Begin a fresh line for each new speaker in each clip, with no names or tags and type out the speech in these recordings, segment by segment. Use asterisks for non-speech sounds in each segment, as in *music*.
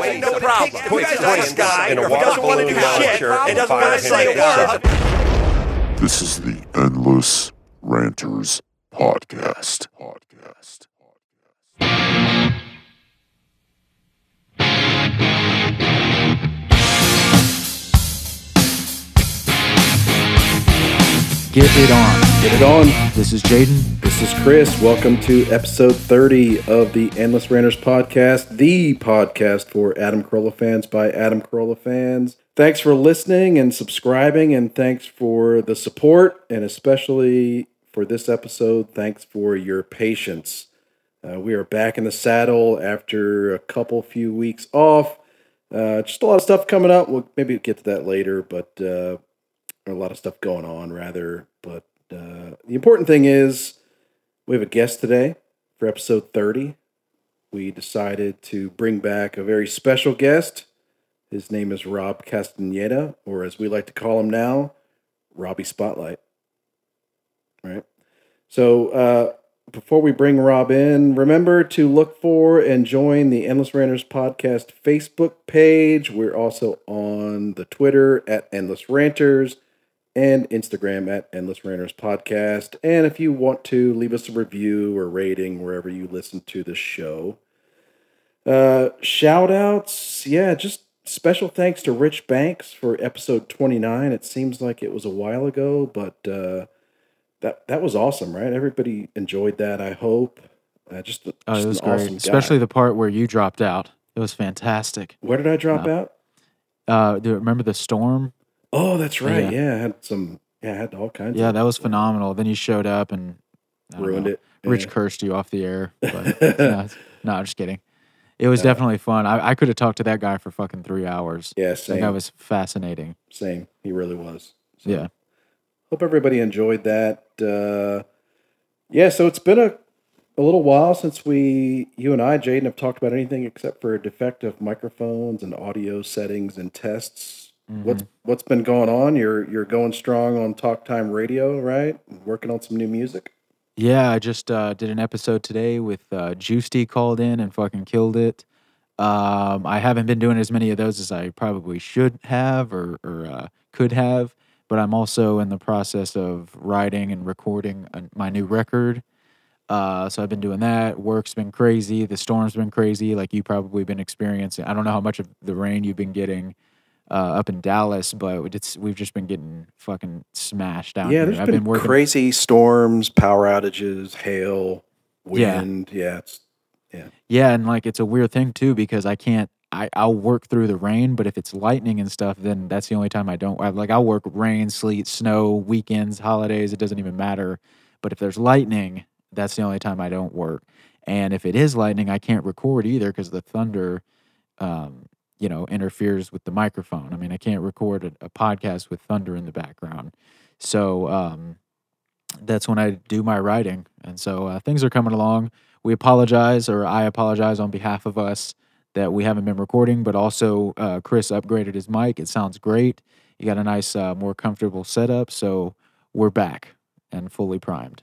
Wait, no problem.
Put
You guys are
Graham
this guy
in a
who
water
doesn't want to
balloon
do
launcher
shit. It
and
doesn't
fire
want to
him
say a
into
word.
This is the Endless Ranters Podcast. Podcast.
Get it on.
Get it on.
This is Jaden.
This is Chris. Welcome to episode 30 of the Endless Ranters podcast, the podcast for Adam Carolla fans by Adam Carolla fans. Thanks for listening and subscribing, and thanks for the support, and especially for this episode, thanks for your patience. Uh, we are back in the saddle after a couple few weeks off. Uh, just a lot of stuff coming up. We'll maybe get to that later, but uh, a lot of stuff going on rather. But uh, the important thing is we have a guest today for episode 30. We decided to bring back a very special guest. His name is Rob Castaneda, or as we like to call him now, Robbie Spotlight. Right. So uh, before we bring Rob in, remember to look for and join the Endless Ranters podcast Facebook page. We're also on the Twitter at Endless Ranters and Instagram at Endless Ranters Podcast. And if you want to leave us a review or rating wherever you listen to the show. Uh, shout outs. Yeah, just special thanks to Rich Banks for episode 29. It seems like it was a while ago, but uh, that, that was awesome, right? Everybody enjoyed that, I hope. Uh, just, just
Oh, it was
an
great,
awesome guy.
especially the part where you dropped out. It was fantastic.
Where did I drop
No.
out?
Uh, do you remember the storm?
Oh, that's right.
Yeah.
Yeah. I had some. Yeah, I had all kinds.
Yeah,
of
that was phenomenal. Then you showed up and I don't
ruined
know,
it.
Uh, Rich cursed you off the air.
*laughs*
But no, it's- no, I'm just kidding. It was definitely fun. I, I could have talked to that guy for fucking three hours.
Yeah,
That
same.
guy was fascinating.
same. He really was. So,
Yeah.
Hope everybody enjoyed that. Uh, yeah. So it's been a a little while since we, you and I, Jaden, have talked about anything except for defective microphones and audio settings and tests.
Mm-hmm.
What's what's been going on? You're you're going strong on Talk Time Radio, right? Working on some new music.
Yeah, I just uh, did an episode today with uh, Juicy called in and fucking killed it. Um, I haven't been doing as many of those as I probably should have or, or uh, could have, but I'm also in the process of writing and recording a, my new record. Uh, so I've been doing that. Work's been crazy. The storm's been crazy, like you probably been experiencing. I don't know how much of the rain you've been getting uh, up in Dallas, but it's we've just been getting fucking smashed down
yeah,
here.
there's
I've
been,
working
crazy storms, power outages, hail,
Yeah.
wind. Yeah, it's
Yeah, and like it's a weird thing too because I can't. I I'll work through the rain, but if it's lightning and stuff, then that's the only time I don't. I, like I'll work rain, sleet, snow, weekends, holidays. It doesn't even matter. But if there's lightning, that's the only time I don't work. And if it is lightning, I can't record either because the thunder, um, you know, interferes with the microphone. I mean, I can't record a, a podcast with thunder in the background. So um, that's when I do my writing. And so uh, things are coming along we apologize, or I apologize on behalf of us that we haven't been recording, but also uh, Chris upgraded his mic. It sounds great. You got a nice, uh, more comfortable setup. So we're back and fully primed.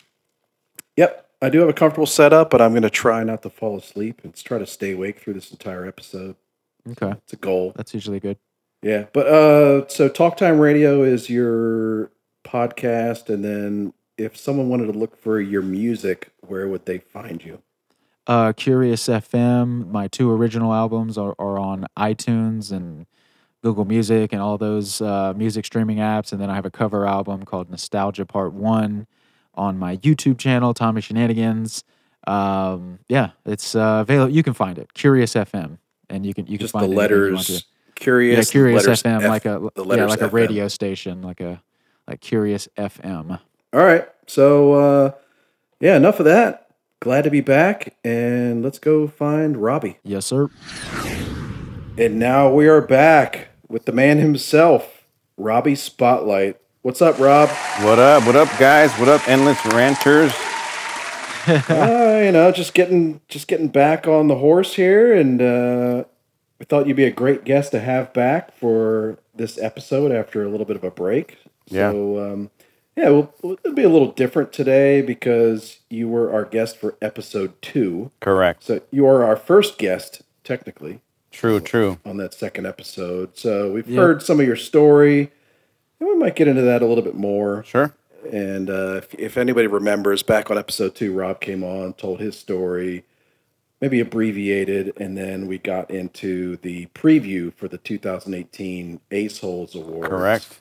Yep. I do have a comfortable setup, but I'm going to try not to fall asleep and try to stay awake through this entire episode.
Okay.
It's a goal.
That's usually good.
Yeah. But uh so Talk Time Radio is your podcast and then if someone wanted to look for your music, where would they find you?
Uh, Curious FM, my two original albums are, are on iTunes and Google Music and all those uh, music streaming apps. And then I have a cover album called Nostalgia Part One on my YouTube channel, Tommy Shenanigans. Um, yeah, it's uh, available. You can find it, Curious FM, and you can you can
Just
find
the
anything you want
letters
to.
curious
yeah, Curious
letters
FM,
F-
like a yeah,
the letters
like a
FM.
radio station, like a like Curious FM.
All right. So uh yeah, enough of that. Glad to be back and let's go find Robbie.
Yes, sir.
And now we are back with the man himself, Robbie Spotlight. What's up, Rob?
What up? What up, guys? What up, endless ranters?
uh, you know, just getting just getting back on the horse here, and uh, we thought you'd be a great guest to have back for this episode after a little bit of a break.
Yeah.
So, um, yeah, we'll, we'll- it'll be a little different today because you were our guest for episode two.
Correct.
So you are our first guest technically
True, true.
on that second episode. So we've
Yeah.
heard some of your story, and we might get into that a little bit more.
Sure.
And uh, if, if anybody remembers, back on episode two, Rob came on, told his story, maybe abbreviated, and then we got into the preview for the 2018 Ace Holes Awards.
Correct.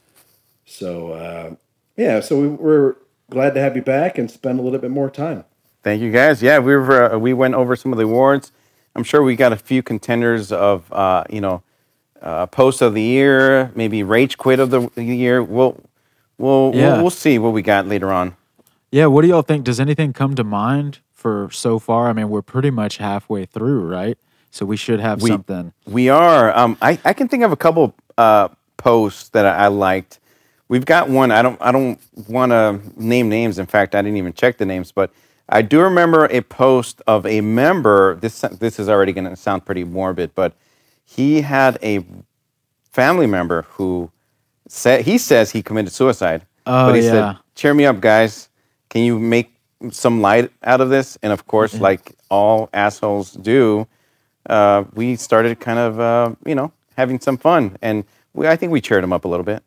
So, uh, yeah, so we, we're glad to have you back and spend a little bit more time.
Thank you, guys. Yeah, we were, uh, we went over some of the awards. I'm sure we got a few contenders of uh, you know uh, post of the year, maybe rage quit of the the year. We'll we'll,
Yeah.
we'll we'll see what we got later on.
Yeah, what do y'all think? Does anything come to mind for so far? I mean, we're pretty much halfway through, right? So we should have something.
We are. Um, I, I can think of a couple uh, posts that I, I liked. We've got one. I don't. I don't want to name names. In fact, I didn't even check the names, but I do remember a post of a member. This this is already going to sound pretty morbid, but he had a family member who said he says he committed suicide.
Oh,
but he
yeah.
said, "Cheer me up, guys. Can you make some light out of this?" And of course,
Mm-hmm.
like all assholes do, uh, we started kind of uh, you know having some fun, and we, I think we cheered him up a little bit.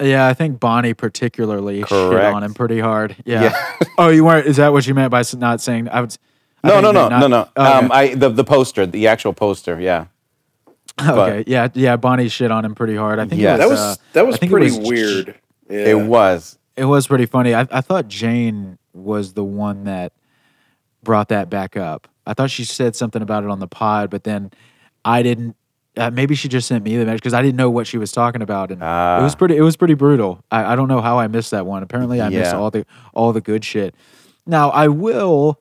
Yeah, I think Bonnie particularly shit
Correct.
on him pretty hard. Yeah. *laughs* oh, you weren't? Is that what you meant by s- not saying? I would. I
No,
think
no,
you
no,
meant
no,
not-
no.
Oh,
Um,
okay.
I the the poster, the actual poster. Yeah,
*laughs* okay. Yeah, yeah. Bonnie shit on him pretty hard. I think. it
Yeah.
That was
uh,
that was
I think it
pretty
was-
weird. Yeah.
it was.
It was pretty funny. I, I thought Jane was the one that brought that back up. I thought she said something about it on the pod, but then I didn't. Uh, maybe she just sent me the message because I didn't know what she was talking about, and it was pretty. It was pretty brutal. I, I don't know how I missed that one. Apparently, I missed
Yeah.
all the all the good shit. Now I will,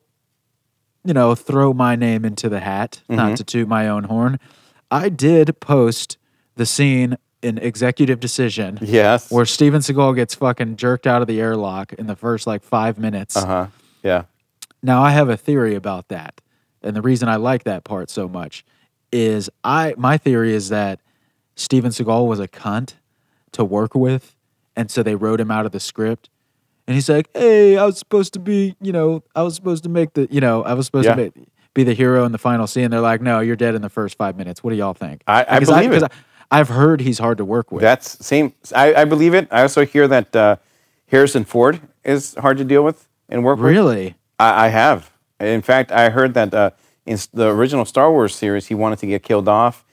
you know, throw my name into the hat, not to toot my own horn. I did post the scene in Executive Decision
Yes.
where Steven Seagal gets fucking jerked out of the airlock in the first like five minutes.
Uh huh. Yeah.
Now I have a theory about that, and the reason I like that part so much is I my theory is that Steven Seagal was a cunt to work with, and so they wrote him out of the script. And he's like, "Hey, I was supposed to be, you know, I was supposed to make the, you know, I was supposed
Yeah.
to be, be the hero in the final scene." They're like, "No, you're dead in the first five minutes." What do y'all think?
I- I
Because
believe it.
'cause I, have heard he's hard to work with.
That's same. I, I believe it. I also hear that uh, Harrison Ford is hard to deal with and work with.
really?
I, I have. In fact, I heard that uh, in s- the original Star Wars series, he wanted to get killed off.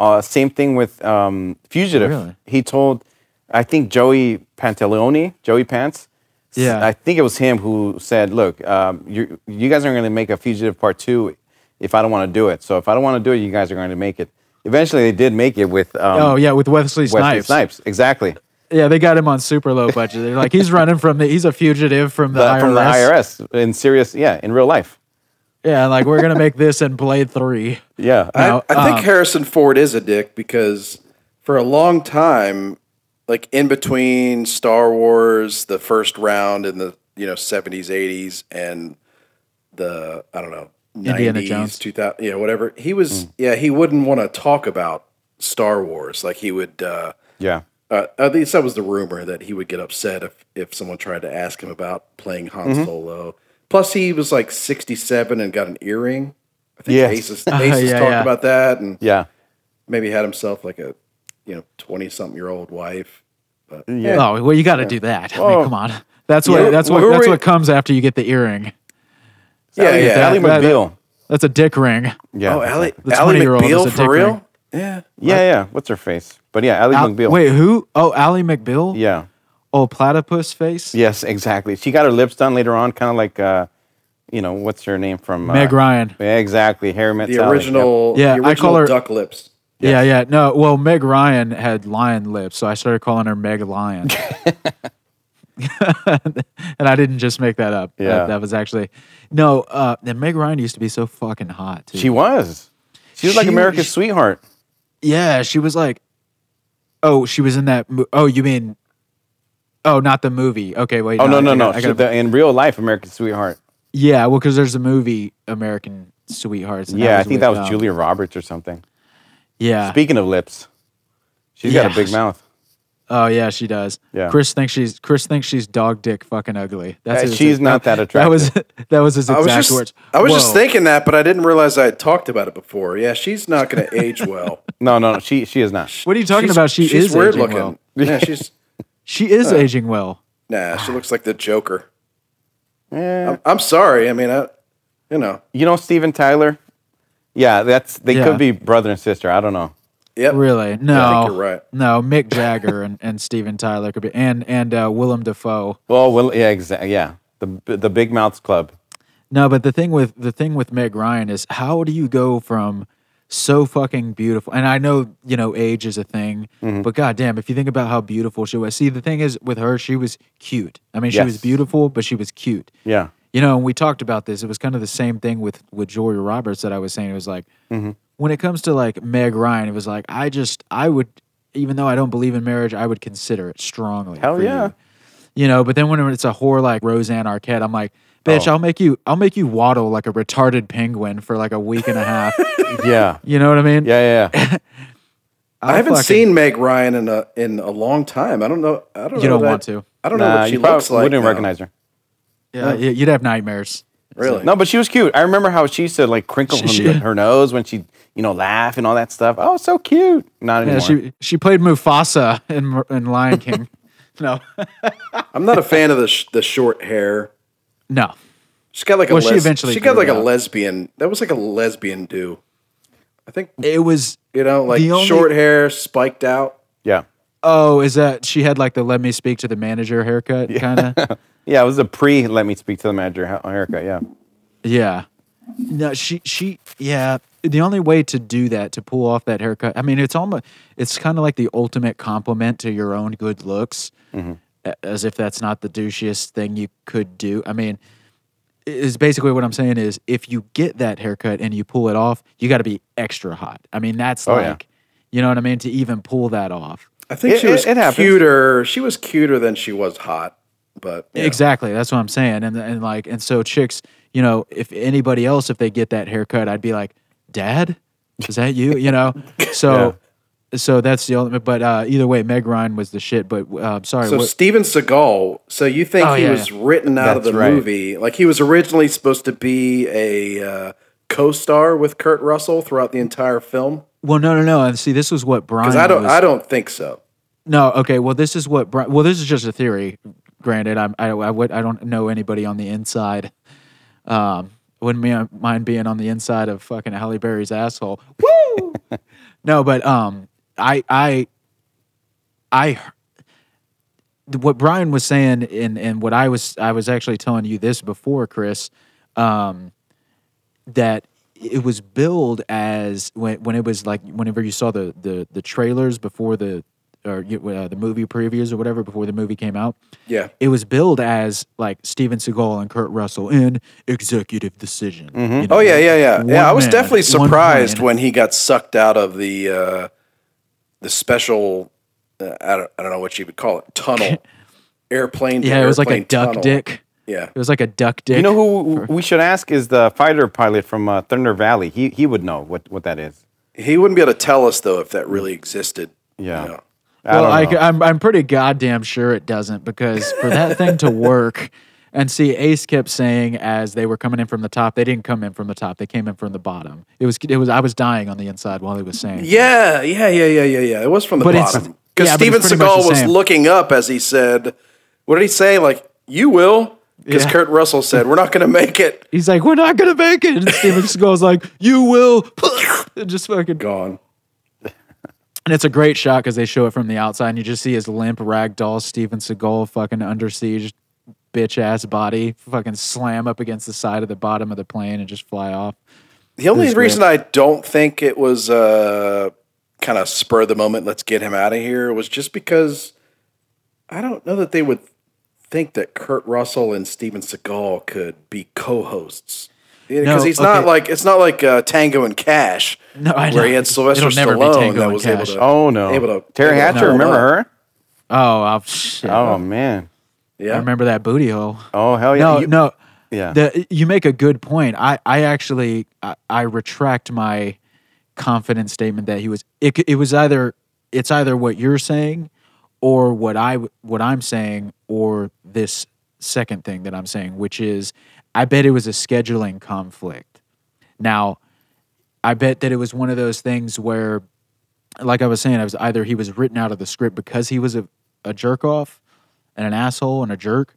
Uh, same thing with um, Fugitive.
Really?
He told, I think Joey Pantaleone, Joey Pants. s-
Yeah.
I think it was him who said, "Look, um, you you guys are going to make a Fugitive Part Two if I don't want to do it. So if I don't want to do it, you guys are going to make it." Eventually, they did make it with um,
Oh yeah, with Wesley
Wesley
Snipes.
Snipes. Exactly.
Yeah, they got him on super low budget. They're like, he's running from the, he's a fugitive from the,
The-
IRS.
from the IRS in serious, yeah, in real life.
Yeah, like we're gonna make this in Blade Three.
Yeah.
I,
Now,
I think
um,
Harrison Ford is a dick because for a long time, like in between Star Wars, the first round in the you know seventies, eighties, and the I don't know
Indiana
nineties,
Jones. Hmm.
two thousand, you know, whatever. He was yeah, he wouldn't want to talk about Star Wars. Like he would. Uh,
yeah.
uh, at least that was the rumor that he would get upset if, if someone tried to ask him about playing Han
Mm-hmm.
Solo. Plus, he was like 67 and got an earring. I think
Yes.
*laughs*
Aces, Aces
yeah,
talked
yeah.
about that and
Yeah.
maybe had himself like a you know 20 something year old wife.
Yeah.
Oh well, you got to do that. I mean,
Well,
come on, that's what
yeah,
that's
who
what
are
that's
we-
what comes after you get the earring.
Yeah, yeah.
Ally
that- that-
McBeal.
That's a dick ring.
Yeah.
Oh, Ally,
The
Ally
20-year-old is a
McBeal
dick
for
ring.
real? Yeah.
yeah, yeah. What's her face? But yeah, Ally
Al-
McBeal.
Wait, who? Oh, Ally McBill.
Yeah.
Oh, platypus face.
Yes, exactly. She got her lips done later on, kind of like, uh, you know, what's her name from uh,
Meg Ryan.
Yeah, exactly. Hair Met
The
Sally.
original,
Yeah,
the
I
original
call her-
duck lips.
Yeah, yeah. No, well, Meg Ryan had lion lips, so I started calling her Meg
*laughs*
Lion. *laughs* and I didn't just make that up. That-
Yeah.
That, was actually no. Uh, and Meg Ryan used to be so fucking hot too.
Yep. She was. She was like
She-
America's sweetheart.
Yeah, she was like, oh, she was in that. Mo- oh, you mean, oh, not the movie. Okay, wait.
Oh no,
I
no,
got-
no.
I
She-
got-
the- in real life, America's sweetheart.
yeah, well, because there's a movie, American Sweethearts. and
Yeah, I think that
with,
was
um,
Julia Roberts or something.
Yeah,
Speaking of lips, she's got a
Yeah.
big mouth.
Oh yeah, she does.
Yeah.
Chris thinks she's Chris thinks she's dog dick fucking ugly. That's
That
his-
she's not that
That
attractive.
was *laughs* that was his
I
exact
was just
words.
I was just
Whoa.
thinking that, but I didn't realize I had talked about it before. Yeah, she's not going to age well.
no, no, no, she she is not.
What are you *laughs* talking
She's-
about? She
she's
is
weird
aging
looking.
well.
Yeah, she's
She is aging well.
nah.
Ah.
She looks like the Joker.
Eh,
I'm, I'm sorry. I mean, I, you know,
you know Steven Tyler? Yeah, that's they
Yeah.
could be brother and sister. I don't know.
yep.
Really? No.
you're right.
No, Mick Jagger and, and Steven Tyler could be and and uh, Willem Dafoe.
Well, well, yeah, exactly. Yeah, the the Big Mouths Club.
No, but the thing with the thing with Meg Ryan is how do you go from so fucking beautiful? And I know you know age is a thing, but goddamn, if you think about how beautiful she was. See, the thing is with her, she was cute. I mean, she was
Yes.
beautiful, but she was cute.
Yeah,
You know, and we talked about this. It was kind of the same thing with with Jory Roberts that I was saying. It was like
Mm-hmm.
when it comes to like Meg Ryan, it was like I just I would even though I don't believe in marriage, I would consider it strongly.
Hell
for
yeah.
you. You know, but then when it's a whore like Roseanne Arquette, I'm like,
Oh.
bitch, I'll make you I'll make you waddle like a retarded penguin for like a week and a half.
*laughs* yeah,
You know what I mean?
*laughs*
yeah, yeah. yeah.
I'll
I haven't
fucking-
seen Meg Ryan in a in a long time. I don't know. I don't.
You
know
don't
what
want
I,
to.
I don't know
Nah,
what she
you probably
looks like.
wouldn't
now.
recognize her.
Yeah, y- you'd have nightmares.
Really?
No, but she was cute. I remember how she used to like crinkle
She-
her, her nose when she, you know, laugh and all that stuff. Oh, so cute. Not
Yeah,
anymore.
she she played Mufasa in in Lion
*laughs*
King. no. *laughs*
I'm not a fan of the sh- the short hair.
No.
She got like a
Well, she
les-
eventually
she got
grew
like a
out.
lesbian. That was like a lesbian do. I think
It was
you know like
The only-
short hair spiked out.
yeah,
Oh, is that she had like the let me speak to the manager haircut kind
*laughs*
of?
yeah. It was a pre. Let me speak to the manager ha- haircut. Yeah,
yeah. No, she she yeah, the only way to do that to pull off that haircut. I mean, it's almost it's kind of like the ultimate compliment to your own good looks.
Mm-hmm.
a- As if that's not the douchiest thing you could do. I mean, i- is basically what I'm saying is if you get that haircut and you pull it off, you got to be extra hot. I mean, that's
Oh, yeah.
like you know what I mean to even pull that off.
I think
It-
she was
it- it happens.
cuter. She was cuter than she was hot. But you know.
Exactly. That's what I'm saying. And and like and so chicks, you know, if anybody else if they get that haircut, I'd be like, "Dad, is that you?" You
*laughs*
know. So so that's the only but uh either way Meg Ryan was the shit, but uh, sorry.
So
what-
Steven Seagal. So you think
Oh,
he
yeah,
was written out of
That's
the
right.
movie? Like he was originally supposed to be a uh, co-star with Kurt Russell throughout the entire film?
well, no, no, no. And see, this was what Brian
Because I don't.
was-
I don't think so.
No, okay. Well, this is what. Bri- Well, this is just a theory. Granted, I'm, I I would I don't know anybody on the inside. Um, wouldn't me- mind being on the inside of fucking Halle Berry's asshole. Woo! no, but um, I I I what Brian was saying and and what I was I was actually telling you this before, Chris, um, that it was billed as when when it was like whenever you saw the the the trailers before the or you- uh, the movie previews or whatever before the movie came out.
Yeah.
It was billed as like Steven Seagal and Kurt Russell in Executive Decision. you know,
Oh yeah,
like,
yeah, yeah, yeah. I
one
was
man,
definitely
one
surprised
man.
when he got sucked out of the uh, the special. Uh, I don't. I don't know what you would call
*laughs*
it. Tunnel, airplane. to
yeah, it was like a
airplane
duck
tunnel.
dick.
Yeah.
It was like a duck dick.
you
*laughs*
know who we should ask is the fighter pilot from uh, Thunder Valley. He he would know what what that is.
He wouldn't be able to tell us though if that really existed. you
Yeah.
know.
I
well,
don't know.
am I'm pretty goddamn sure it doesn't because for that thing to work, *laughs* and see, Ace kept saying as they were coming in from the top, they didn't come in from the top; they came in from the bottom. It was, it was. I was dying on the inside while he was saying,
Yeah, yeah, yeah, yeah, yeah, yeah. It was from the
But it's-
bottom because
yeah, but
Steven
it's pretty much
Seagal
the
was
same.
looking up as he said, "What did he say? Like you will?" Because
Yeah.
Kurt Russell said, "We're not going to make it."
"He's like, we're not gonna make it." And Steven Seagal's like, "You will," *laughs* and just fucking.
Gone.
And it's a great shot because they show it from the outside, and you just see his limp ragdoll Steven Seagal fucking under siege. Bitch ass body fucking slam up against the side of the bottom of the plane and just fly off.
The only reason I don't think it was uh, kind of spur of the moment, let's get him out of here, was just because I don't know that they would think that Kurt Russell and Steven Seagal could be co-hosts. Because
No,
it's not
okay.
like it's not like uh, Tango and Cash,
No, I know.
where he had Sylvester
It'll never be
Stallone
Tango
that
and
was able
Cash.
to.
oh no,
able to-
Terry
able to
Hatcher.
hold
Remember
up.
her?
Oh, I'll, shit.
Oh man.
I
yeah,
remember that booty hole.
Oh hell yeah.
no,
You-
no.
Yeah.
The, you make a good point. I, I actually, I, I retract my confident statement that he was. It, c- it was either, it's either what you're saying, or what I w- what I'm saying or this second thing that I'm saying, which is I bet it was a scheduling conflict. Now, I bet that it was one of those things where like I was saying, I was either he was written out of the script because he was a, a jerk off and an asshole and a jerk,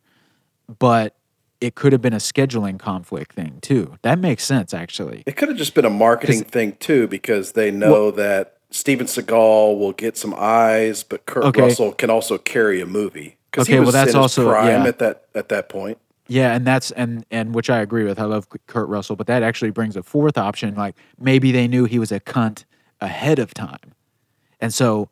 but it could have been a scheduling conflict thing too. That makes sense actually.
It could have just been a marketing thing too, because they know that Steven Seagal will get some eyes, but Kurt
Okay.
Russell can also carry a movie. Because he
Okay,
was
well, that's
in his
also-
prime
yeah.
at that at that point.
Yeah, and that's and and which I agree with. I love Kurt Russell, but that actually brings a fourth option. Like maybe they knew he was a cunt ahead of time, and so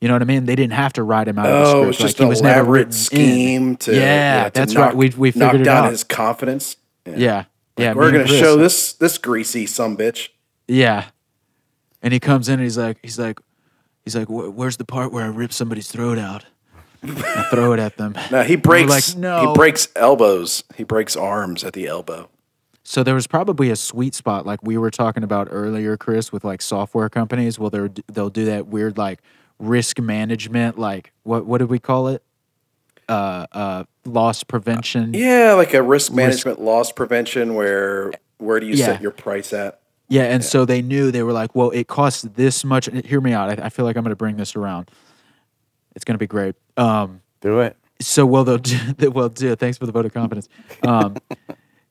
you know what I mean. They didn't have to write him out. of the
Oh,
script.
it was
Like,
just
he
an
was never
elaborate
written
scheme
in.
to
yeah,
to
that's
knock-
right. We we
knock
figured it
down
out.
his confidence.
yeah, yeah. me
We're
and
gonna
Chris.
show this this greasy some bitch.
Yeah. And he comes in and he's like, he's like, he's like, "Where- where's the part where I rip somebody's throat out? I throw it at
*laughs*
them.
No, he
And we're
breaks.
Like, no.
He breaks elbows. He breaks arms at the elbow.
So there was probably a sweet spot, like we were talking about earlier, Chris, with like software companies. Well, they're they'll do that weird like risk management, like what what did we call it? Uh, uh, loss prevention.
Yeah, like a risk management loss prevention where where do you
Yeah.
set your price at?
Yeah, and so they knew they were like, well, it costs this much. Hear me out. I, I feel like I'm going to bring this around. It's going to be great. Um,
Do it.
so well they'll do, *laughs* well do thanks for the vote of confidence um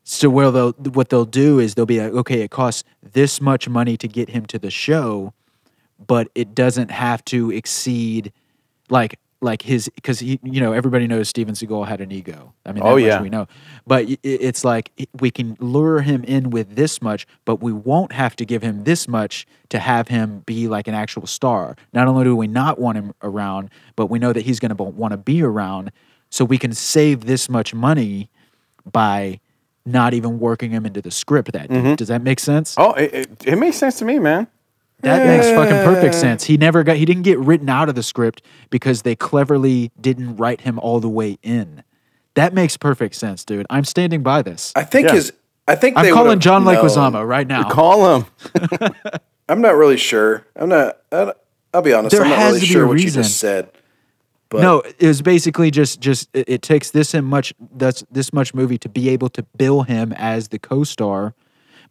so well they'll what they'll do is they'll be like okay it costs this much money to get him to the show but it doesn't have to exceed like like his because he you know everybody knows steven seagal had an ego i mean that
Oh,
much
yeah.
we know but i- i- it's like i- we can lure him in with this much but we won't have to give him this much to have him be like an actual star not only do we not want him around but we know that he's going to want to be around so we can save this much money by not even working him into the script that
Mm-hmm.
deep. does that make sense
Oh, it, it, it makes sense to me, man.
that makes fucking perfect sense. He never got he didn't get written out of the script because they cleverly didn't write him all the way in. That makes perfect sense, dude. I'm standing by this.
I think
Yeah.
his. I think
I'm
they
calling
would've
John
known.
Leguizamo right now.
Call him.
I'm not really sure. I'm not. I don't- I'll be honest.
There
I'm not
has
really
to be
sure
a
what you
reason.
just said.
no, it was basically just just it, it takes this and much that's this much movie to be able to bill him as the co-star,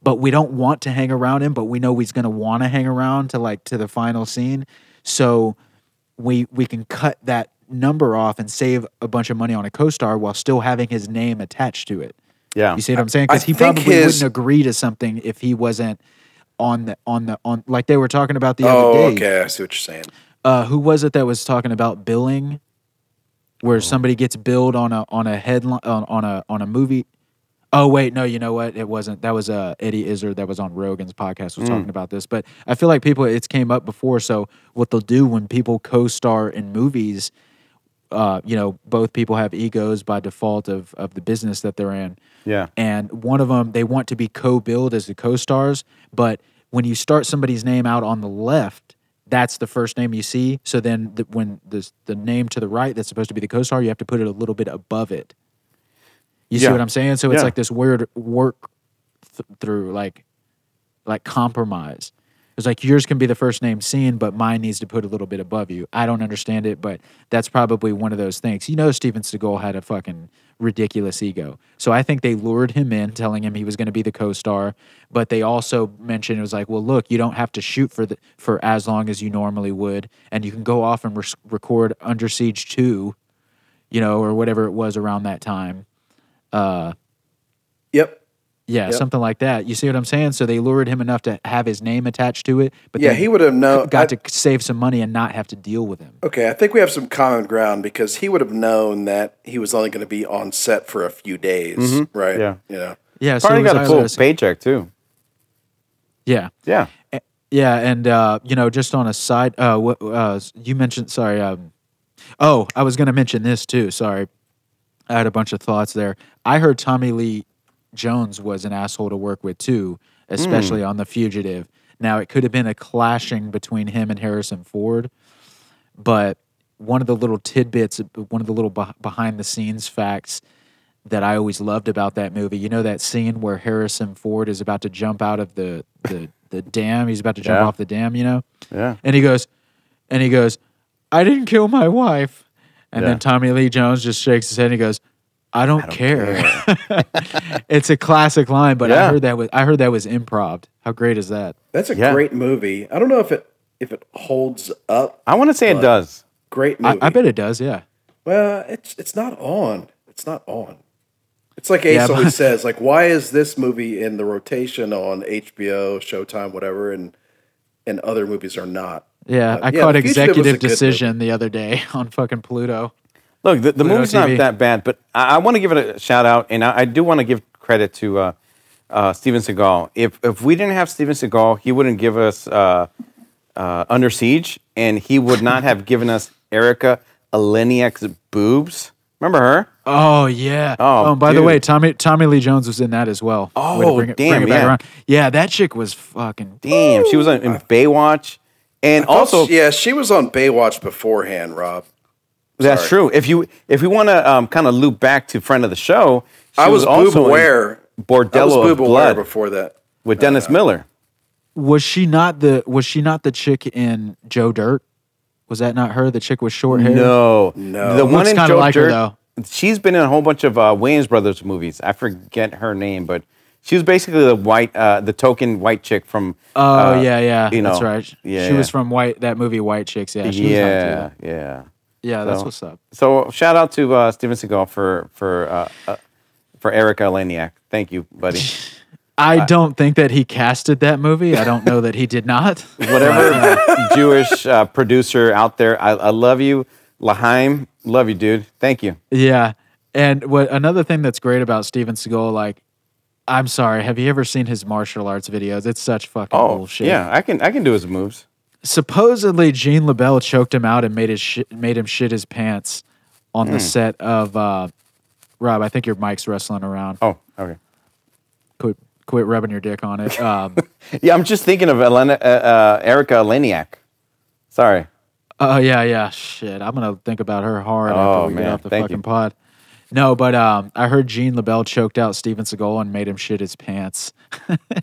but we don't want to hang around him, but we know he's going to want to hang around to like to the final scene. So we we can cut that number off and save a bunch of money on a co-star while still having his name attached to it.
Yeah.
You see what I'm saying?
I
Because he
think
probably
his-
wouldn't agree to something if he wasn't on the on the on like they were talking about the other
Oh,
day.
okay. I see what you're saying.
Uh, who was it that was talking about billing, where somebody gets billed on a on a headline on, on a on a movie? Oh wait, no, you know what? It wasn't. That was uh, Eddie Izzard that was on Rogan's podcast was talking about this. But I feel like people it's came up before. So what they'll do when people co-star in movies uh, you know, both people have egos by default of of the business that they're in.
Yeah.
And one of them, they want to be co-billed as the co-stars, but when you start somebody's name out on the left, that's the first name you see. So then, the, when the the name to the right that's supposed to be the co-star, you have to put it a little bit above it. You see
Yeah.
what I'm saying? So it's
Yeah.
like this weird work th- through, like like compromise. It's like yours can be the first name seen, but mine needs to put a little bit above you. I don't understand it, but that's probably one of those things. You know, Steven Seagal had a fucking ridiculous ego. So I think they lured him in, telling him he was going to be the co-star, but they also mentioned it was like, well, look, you don't have to shoot for the, for as long as you normally would, and you can go off and res- record Under Siege two, you know, or whatever it was around that time.
Yep.
Yeah, something like that. You see what I'm saying? So they lured him enough to have his name attached to it, but
Yeah,
then
he would have known.
got
I-
to save some money and not have to deal with him.
Okay, I think we have some common ground because he would have known that he was only going to be on set for a few days, right?
Yeah.
Yeah.
Mm-hmm. Yeah, so
Probably
it was
got a full
IRS.
paycheck too.
Yeah,
Yeah.
A- yeah, and uh, you know, just on a side, uh, what uh, s- you mentioned? Sorry, um, oh, I was going to mention this too. Sorry, I had a bunch of thoughts there. I heard Tommy Lee Jones was an asshole to work with too, especially on The Fugitive. Now it could have been a clashing between him and Harrison Ford, but one of the little tidbits, one of the little beh behind the scenes facts that I always loved about that movie. You know that scene where Harrison Ford is about to jump out of the the, the dam. He's about to jump
Yeah.
off the dam. You know,
Yeah.
and he goes, and he goes, I didn't kill my wife. And
Yeah.
then Tommy Lee Jones just shakes his head and he goes, I don't, care. *laughs* it's a classic line, but I
Yeah.
heard that was I heard that was improv. How great is that?
That's a
Yeah.
great movie. I don't know if it if it holds up.
I want to say it does.
Great
I,
movie.
I bet it does, yeah.
Well, it's it's not on. It's not on. It's like Ace
Yeah, but-
always *laughs* says, like, why is this movie in the rotation on HBO, Showtime, whatever, and and other movies are not?
Yeah.
But
I
uh, yeah,
caught
The Fugitive was a
executive
good movie.
decision the other day *laughs* on fucking Pluto.
Look, the, the
Pluto
movie's
TV.
not that bad, but I, I want to give it a shout out, and I, I do want to give credit to uh, uh, Steven Seagal. If if we didn't have Steven Seagal, he wouldn't give us uh, uh, Under Siege, and he would not have given us Erica Aleniak's boobs. Remember her?
Oh yeah.
Oh,
and by the
dude.
way, Tommy Tommy Lee Jones was in that as well. Way to
Oh,
bring it, bring
damn,
it back
yeah.
around. Yeah, that chick was fucking
Damn, she was in, in Baywatch, and also
Also, yeah, she was on Baywatch beforehand, Rob.
that's
sorry.
true. If you if we want to um, kind of loop back to friend of the show, she
I was,
also
boob
in
aware. I was
Bordello
boob
of
aware
Blood
before that.
with Dennis Miller.
was she not the was she not the chick in Joe Dirt? Was that not her? The chick with short hair?
No,
No.
The one
Looks
in
kinda
Joe
like her,
Dirt.
though.
She's been in a whole bunch of uh, Wayans Brothers movies. I forget her name, but she was basically the white, uh, the token white chick from.
Oh
uh,
yeah, yeah.
you
that's
know,
right.
Yeah,
she was
yeah.
from White that movie White Chicks. Yeah, she was hot,
yeah,
too.
yeah.
Yeah, that's
So-
what's up.
So shout out to uh, Steven Seagal for for uh, uh, for Erica Laniak. Thank you, buddy.
I don't think that he casted that movie. I don't know that he did
*laughs*
not. *laughs*
Whatever *laughs* Jewish uh, producer out there, I, I love you, Lahaim. Love you, dude. Thank you.
Yeah. And what another thing that's great about Steven Seagal, like, I'm sorry, have you ever seen his martial arts videos? It's such fucking bullshit.
Oh, yeah, I can I can do his moves.
supposedly Jean LaBelle choked him out and made his shi made him shit his pants on
Hmm.
the set of uh, Rob. I think your mic's wrestling around.
Oh, okay.
Quit quit rubbing your dick on it.
*laughs*
Um,
Yeah, I'm just thinking of Elena, uh, uh, Erica Laniak. Sorry.
oh yeah, yeah. Shit, I'm gonna think about her hard after
Oh,
we get
man.
off the
Thank
fucking
you.
pod. No, but um, I heard Jean LaBelle choked out Steven Seagal and made him shit his pants.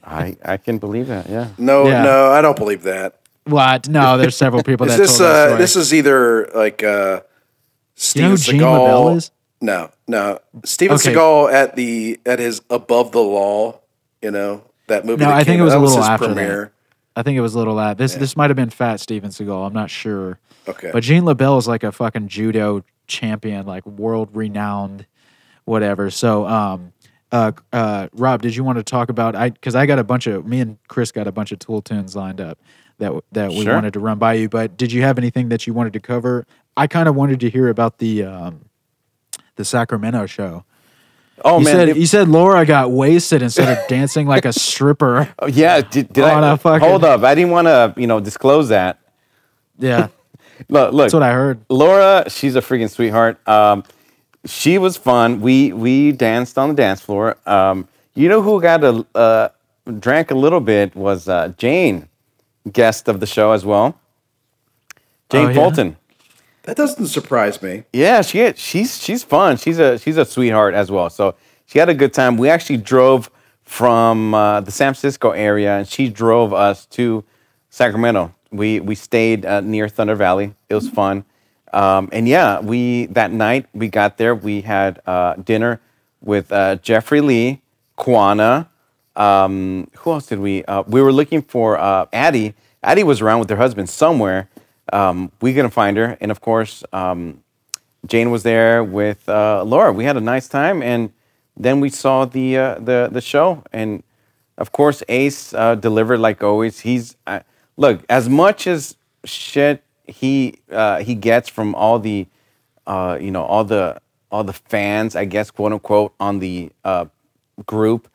I, I can believe that. Yeah.
No,
Yeah. Oh,
no, I don't believe that.
What? No, there's
*laughs*
several people
Is
that
this
told that
uh
story.
this is either like uh
you know
Steven
who Gene
Seagal-
LaBelle is?
No, no. Steven
Okay.
Seagal at the at his Above the Law, you know, that movie.
No,
that
I think
came
it was
out,
a
that
little
his
after that.
premiere.
I think it was Little Lad. This this might have been Fat Steven Seagal. I'm not sure.
Okay.
But Jean LaBelle is like a fucking judo champion, like world renowned, whatever. So, um, uh, uh, Rob, did you want to talk about? I because I got a bunch of me and Chris got a bunch of Tool tunes lined up that w- that we
Sure.
wanted to run by you. But did you have anything that you wanted to cover? I kind of wanted to hear about the um, the Sacramento show.
Oh
you
man.
said
if-
you said Laura got wasted and started dancing like a stripper. *laughs*
oh, yeah. Did, did
Oh,
I
no, fucking-
hold up? I didn't want to, you know, disclose that.
Yeah,
Look, look.
that's what I heard.
Laura, she's a freaking sweetheart. Um, she was fun. We we danced on the dance floor. Um, you know who got a uh, drank a little bit was uh, Jane, guest of the show as well. Jane
Oh, yeah?
Fulton.
That doesn't surprise me.
Yeah, she is. She's she's fun. She's a she's a sweetheart as well. So she had a good time. We actually drove from uh, the San Francisco area, and she drove us to Sacramento. We we stayed uh, near Thunder Valley. It was fun. Um, and yeah, we that night we got there. We had uh, dinner with uh, Jeffrey Lee, Kwana. Um, who else did we? Uh, we were looking for uh, Addie. Addie was around with her husband somewhere. Um, we couldn't find her, and of course, um, Jane was there with uh, Laura. We had a nice time, and then we saw the uh, the the show, and of course Ace uh, delivered like always. He's I, look as much as shit he uh, he gets from all the uh, you know all the all the fans, I guess quote unquote, on the uh, group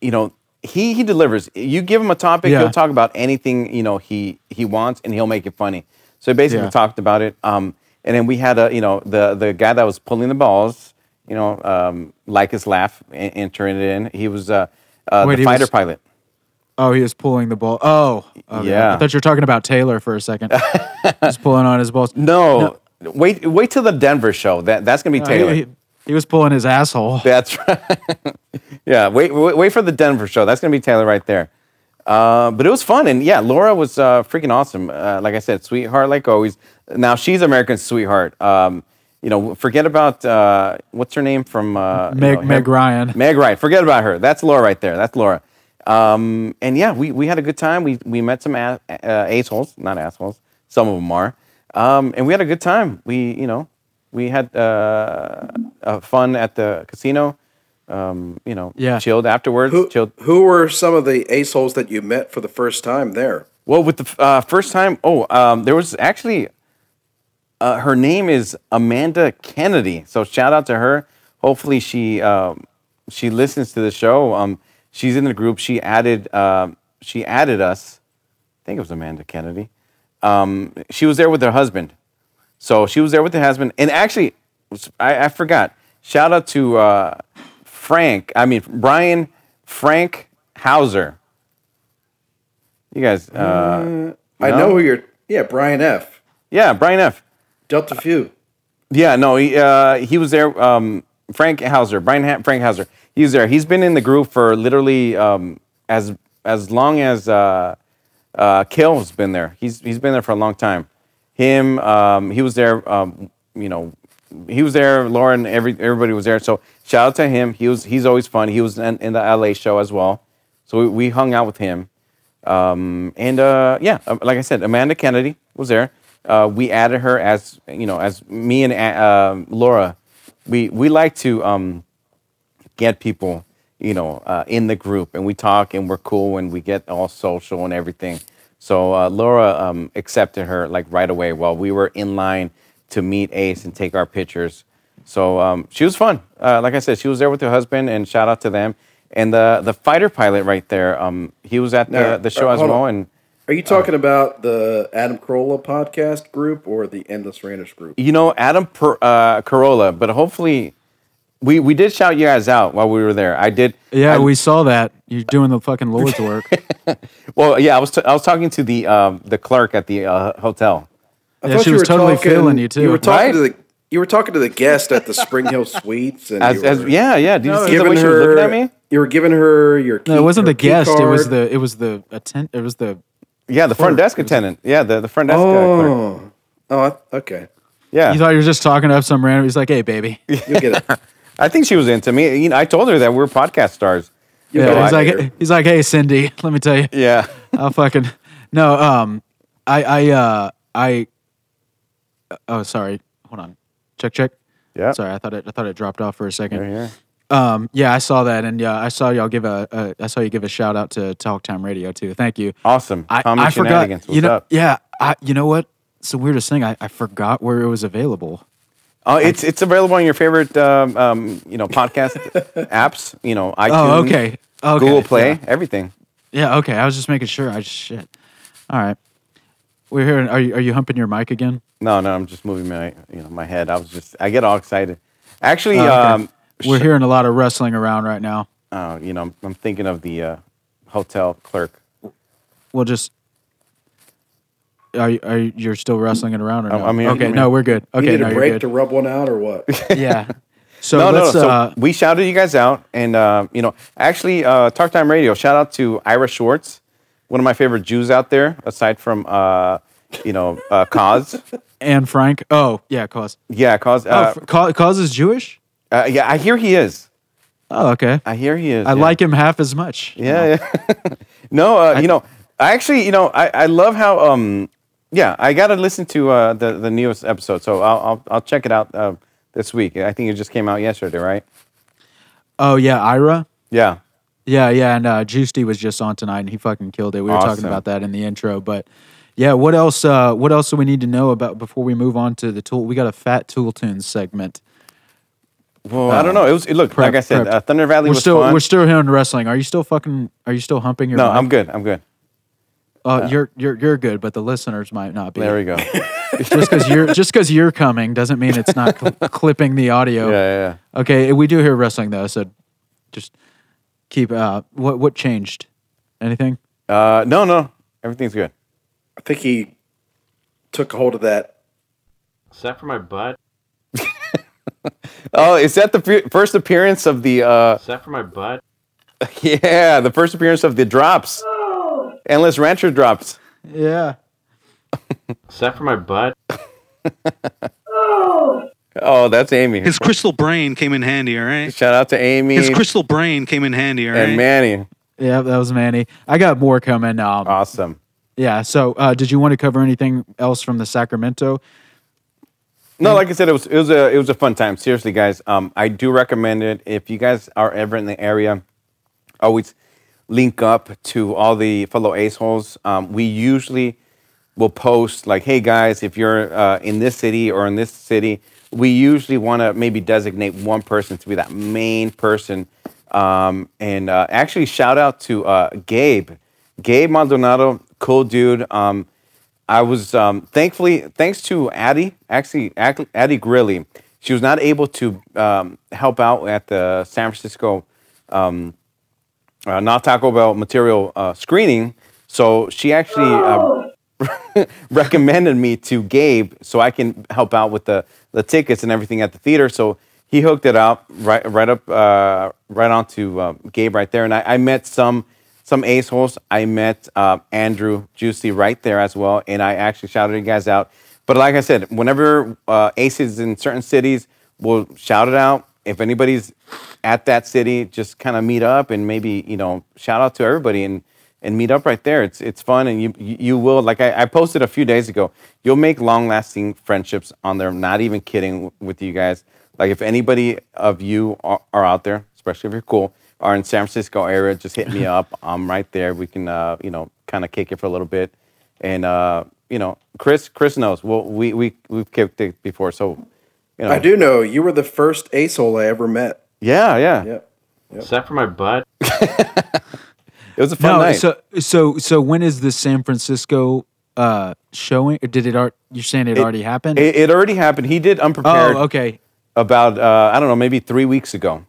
you know, he he delivers. You give him a topic,
Yeah.
he'll talk about anything you know he he wants, and he'll make it funny. So he basically
Yeah.
talked about it. Um, and then we had a you know the the guy that was pulling the balls, you know, um, like his laugh and, and turning it in. He was uh, uh
Wait,
the
he
fighter
was-
pilot.
Oh, he was pulling the ball. Oh, okay.
Yeah.
I thought you were talking about Taylor for a
*laughs*
second. Just pulling on his balls.
No, wait wait till the Denver show. That that's gonna be
Uh,
Taylor.
He, he- he was pulling his asshole.
*laughs* That's right. yeah, wait, wait, wait for the Denver show. That's going to be Taylor right there. Uh, but it was fun, and yeah, Laura was uh, freaking awesome. Uh, like I said, sweetheart, like always. Now she's American sweetheart. Um, you know, forget about uh, what's her name from uh, you
Meg-
know,
Meg Ryan.
Meg Ryan. Forget about her. That's Laura right there. That's Laura. Um, and yeah, we, we had a good time. We we met some a- uh, assholes, not assholes. Some of them are. Um, and we had a good time. We you know we had uh, uh, fun at the casino. Um, you know,
Yeah.
chilled afterwards.
Who,
chilled.
who were some of the ace holes that you met for the first time there?
Well, with the f- uh, first time, oh, um, there was actually uh, her name is Amanda Kennedy. So shout out to her. Hopefully she um, she listens to the show. Um, she's in the group. She added um she added us. I think it was Amanda Kennedy. Um, she was there with her husband. So she was there with her husband. And actually, I, I forgot. Shout out to uh, Frank. I mean Brian Frank Hauser. You guys. Uh,
I
No.
know who you're. Yeah, Brian F.
yeah, Brian F.
Delta Phi.
Yeah, no, he, uh, he was there. Um, Frank Hauser, Brian ha- Frank Hauser, he was there. He's been in the group for literally um, as as long as uh, uh, Kale's been there. He's he's been there for a long time. Him, um, he was there. Um, you know, he was there. Lauren, every everybody was there. So shout out to him. He was he's always fun. He was in, in the LA show as well. So we, we hung out with him. Um, and uh, yeah, um, like I said, Amanda Kennedy was there. Uh, we added her as you know, as me and uh, um, Laura. We we like to um, get people you know uh, in the group, and we talk, and we're cool, and we get all social and everything. So uh, Laura um, accepted her like right away while we were in line to meet Ace and take our pictures. So um, she was fun. Uh, like I said, she was there with her husband, and shout out to them. And the the fighter pilot right there, um, he was at the,
Now,
the show
uh,
as
hold
well,
on.
and
Are you talking
Uh.
about the Adam Carolla podcast group or the Endless Randers group?
you know Adam per, uh, Carolla, but hopefully we we did shout you guys out while we were there. I did.
Yeah,
I-
we saw that. You're doing the fucking
*laughs*
Lord's work.
Well, yeah, I was t- I was talking to the um, the clerk at the uh, hotel.
I
Yeah,
thought
she was totally feeling you
You
too.
were talking
Right?
to the you were talking to the guest at the
*laughs*
Spring Hill Suites and
As,
you were
as, yeah, yeah. Did you see the
giving
way she was
her
looking at me?
you were giving her your key,
No, it wasn't
your
the
key
guest. It was
card.
the it was the attend. It was the
Yeah, the front desk attendant. Yeah, the, the front desk uh, clerk.
Oh. Oh, I- okay.
you
Yeah,
thought you were just talking up some random. He's like, "Hey, baby." Yeah,
You'll get
*laughs*
it.
I think she was into me. You know, I told her that we are podcast stars.
You'll get it
he's
later.
like, he's like, "Hey, Cindy, *laughs* let me tell you,
Yeah,
I'll fucking no." Um, I I uh I oh sorry, hold on, check check.
Yeah.
sorry, I thought it I thought it dropped off for a second.
yeah.
Um, yeah, I saw that, and yeah, I saw y'all give a, a I saw you give a shout out to Talk Time Radio too. Thank you.
Awesome.
I,
Comedy
I forgot.
shenanigans. What's
You know,
up?
yeah, I, you know what? It's the weirdest thing. I, I forgot where it was available.
Oh, it's it's available on your favorite um, um, you know
*laughs*
podcast apps. You know, iTunes.
Oh, okay. Okay,
Google Play,
yeah.
everything.
Yeah, okay. I was just making sure. I just shit. All right. We're here. Are you are you humping your mic again?
No, no, I'm just moving my you know my head. I was just I get all excited. Actually,
Oh, okay.
um,
We're hearing a lot of wrestling around right now.
uh, you know, I'm, I'm thinking of the uh, hotel clerk.
We'll just. Are you, are you you're still wrestling it around or no?
I'm here,
okay,
I'm
no,
here.
we're good.
You
Okay,
need
no,
a
you're
break
good.
to rub one out or what?
*laughs* yeah. So
No, no, no.
let's
So
uh,
we shouted you guys out, and uh, you know, actually, uh, Talk Time Radio. Shout out to Ira Schwartz, one of my favorite Jews out there, aside from uh, you know,
*laughs*
uh, Cause.
and Frank. Oh yeah, cause
yeah, Cause.
oh,
Uh,
F- Ca- cause is Jewish.
uh, yeah, I hear he is.
Oh okay. Oh, I,
I hear he is. yeah.
like him half as much.
Yeah, yeah. *laughs* no, uh, you know, I actually, you know, I, I love how, um, yeah, I got to listen to uh, the the newest episode, so I'll I'll, I'll check it out uh, this week. I think it just came out yesterday, right?
Oh yeah, Ira.
Yeah,
Yeah, yeah, and uh, Juicy was just on tonight, and he fucking killed it. We were
Awesome.
talking about that in the intro, but yeah, what else? Uh, what else do we need to know about before we move on to the tool? We got a fat tool tunes segment.
well, I don't know. It was it, look like I said,
prepped.
uh, Thunder Valley
Uh, We're
was
still
fun.
we're still here in wrestling. Are you still fucking? Are you still humping your?
no,
mic?
I'm good. I'm good.
Uh, you're you're you're good, but the listeners might not be.
There
*laughs*
we go. yeah,
just because you're *laughs* just because you're coming doesn't mean it's not
*laughs*
cl- clipping the audio.
yeah, yeah.
Okay, we do hear wrestling though, so just keep. Uh, what what changed? Anything?
Uh, no, no, everything's good.
I think he took hold of that.
Except for my butt.
Oh, is that the f- first appearance of the? Uh, *laughs*
Except for my butt.
yeah, the first appearance of the drops. Endless Rancher drops.
Yeah.
Except for my butt.
Oh, that's Amy.
His crystal brain came in handy, all right?
Shout out to Amy
His crystal brain came in handy, all right?
and Manny.
Yeah, that was Manny. I got more coming. Um,
Awesome.
yeah. So, uh, did you want to cover anything else from the Sacramento?
No, like I said, it was it was a it was a fun time. Seriously, guys, um, I do recommend it. If you guys are ever in the area, always link up to all the fellow ace holes. Um, we usually will post like, "Hey guys, if you're uh, in this city or in this city," we usually want to maybe designate one person to be that main person. Um, and uh, actually, shout out to uh, Gabe, Gabe Maldonado, cool dude. Um, I was um, thankfully, thanks to Addie, actually Ac- Addie Grilly, she was not able to um, help out at the San Francisco um, uh, not Taco Bell material uh, screening. So she actually uh, recommended me to Gabe so I can help out with the, the tickets and everything at the theater. So he hooked it up right right up uh, right onto uh, Gabe right there, and I, I met some some ace holes. I met uh, Andrew Juicy right there as well, and I actually shouted you guys out. But like I said, whenever uh, Ace is in certain cities, we'll shout it out. If anybody's at that city, just kind of meet up and maybe you know shout out to everybody and and meet up right there. It's it's fun and you you you will like I, I posted a few days ago. You'll make long lasting friendships on there. I'm not even kidding w- with you guys. Like if anybody of you are, are out there, especially if you're cool, are in San Francisco area, just hit
*laughs*
me up. I'm right there. We can uh, you know kind of kick it for a little bit and uh, you know Chris Chris knows. Well, we we we've kicked it before, so you know
Oh.
I do know you were the first ace hole I ever met.
Yeah, yeah,
Yep.
Except for my butt.
It was a fun night.
So, so, so when is the San Francisco uh, showing? Or did it? Art? You're saying it, already happened?
it, it already happened. He did unprepared.
oh, okay.
about uh, I don't know, maybe three weeks ago.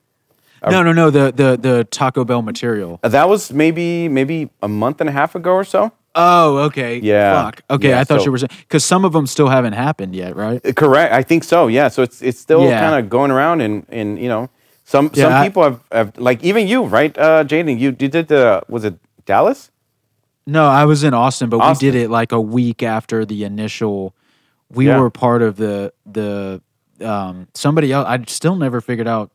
No, no, no. The the the Taco Bell material.
That was maybe maybe a month and a half ago or so.
Oh, okay.
Yeah.
Fuck. Okay,
Yeah,
I thought
so-
you were saying because some of them still haven't happened yet, right?
Uh, Correct, I think so. Yeah, so it's it's still
Yeah.
kind of going around, and and you know, some some
Yeah, I-
people have, have like even you, right, uh, Jaden? You you did the was it Dallas?
No, I was in Austin, but
Austin.
we did it like a week after the initial. We
Yeah.
were part of the the um, somebody else. I still never figured out.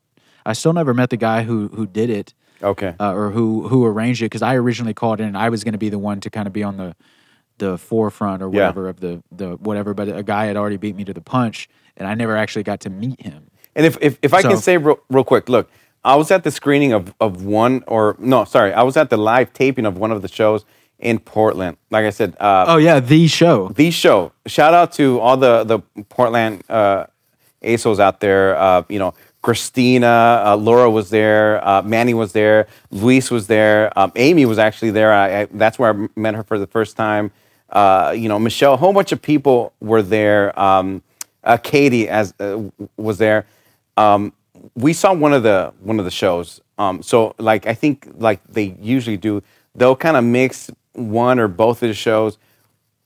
I still never met the guy who who did it
Okay,
uh, or who who arranged it because I originally called in and I was going to be the one to kind of be on the the forefront or
Yeah.
whatever of the the whatever. But a guy had already beat me to the punch, and I never actually got to meet him.
And if if, if I can
So-
say real, real quick, look, I was at the screening of of one or no, sorry, I was at the live taping of one of the shows in Portland. Like I said, uh,
Oh yeah, the show.
the show. Shout out to all the the Portland uh, ASOs out there. Uh, you know, Christina, uh, Laura was there, uh, Manny was there, Luis was there, um, Amy was actually there. I, I, that's where I met her for the first time. Uh, you know, Michelle. A whole bunch of people were there. Um, uh, Katie as uh, was there. Um, we saw one of the one of the shows. Um, so like I think like they usually do, they'll kind of mix one or both of the shows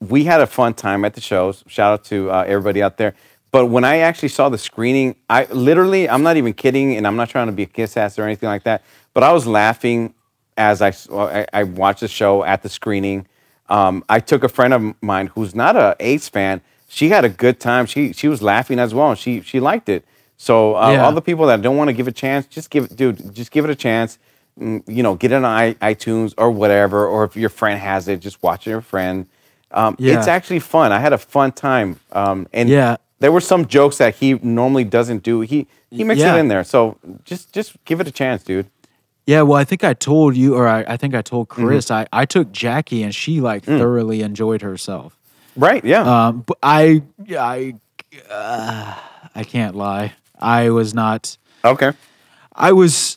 we had a fun time at the shows. Shout out to uh, everybody out there. But when I actually saw the screening, I literally, I'm not even kidding, and I'm not trying to be a kiss ass or anything like that, but I was laughing as I, s- I, I watched the show at the screening. Um, I took a friend of mine who's not a Ace fan. She had a good time. She she was laughing as well. and She she liked it. So uh,
Yeah.
all the people that don't want to give a chance, just give it, dude, just give it a chance. Mm, You know, get it on i- iTunes or whatever, or if your friend has it, just watch it with your friend. Um, It's
Yeah.
actually fun. I had a fun time. Um, and
Yeah.
there were some jokes that he normally doesn't do. He he mixed
Yeah.
it in there. So just just give it a chance, dude.
Yeah, well, I think I told you, or I, I think I told Chris. I, I took Jackie, and she like thoroughly enjoyed herself.
Right? Yeah.
Um, but I I uh, I can't lie. I was not.
okay.
I was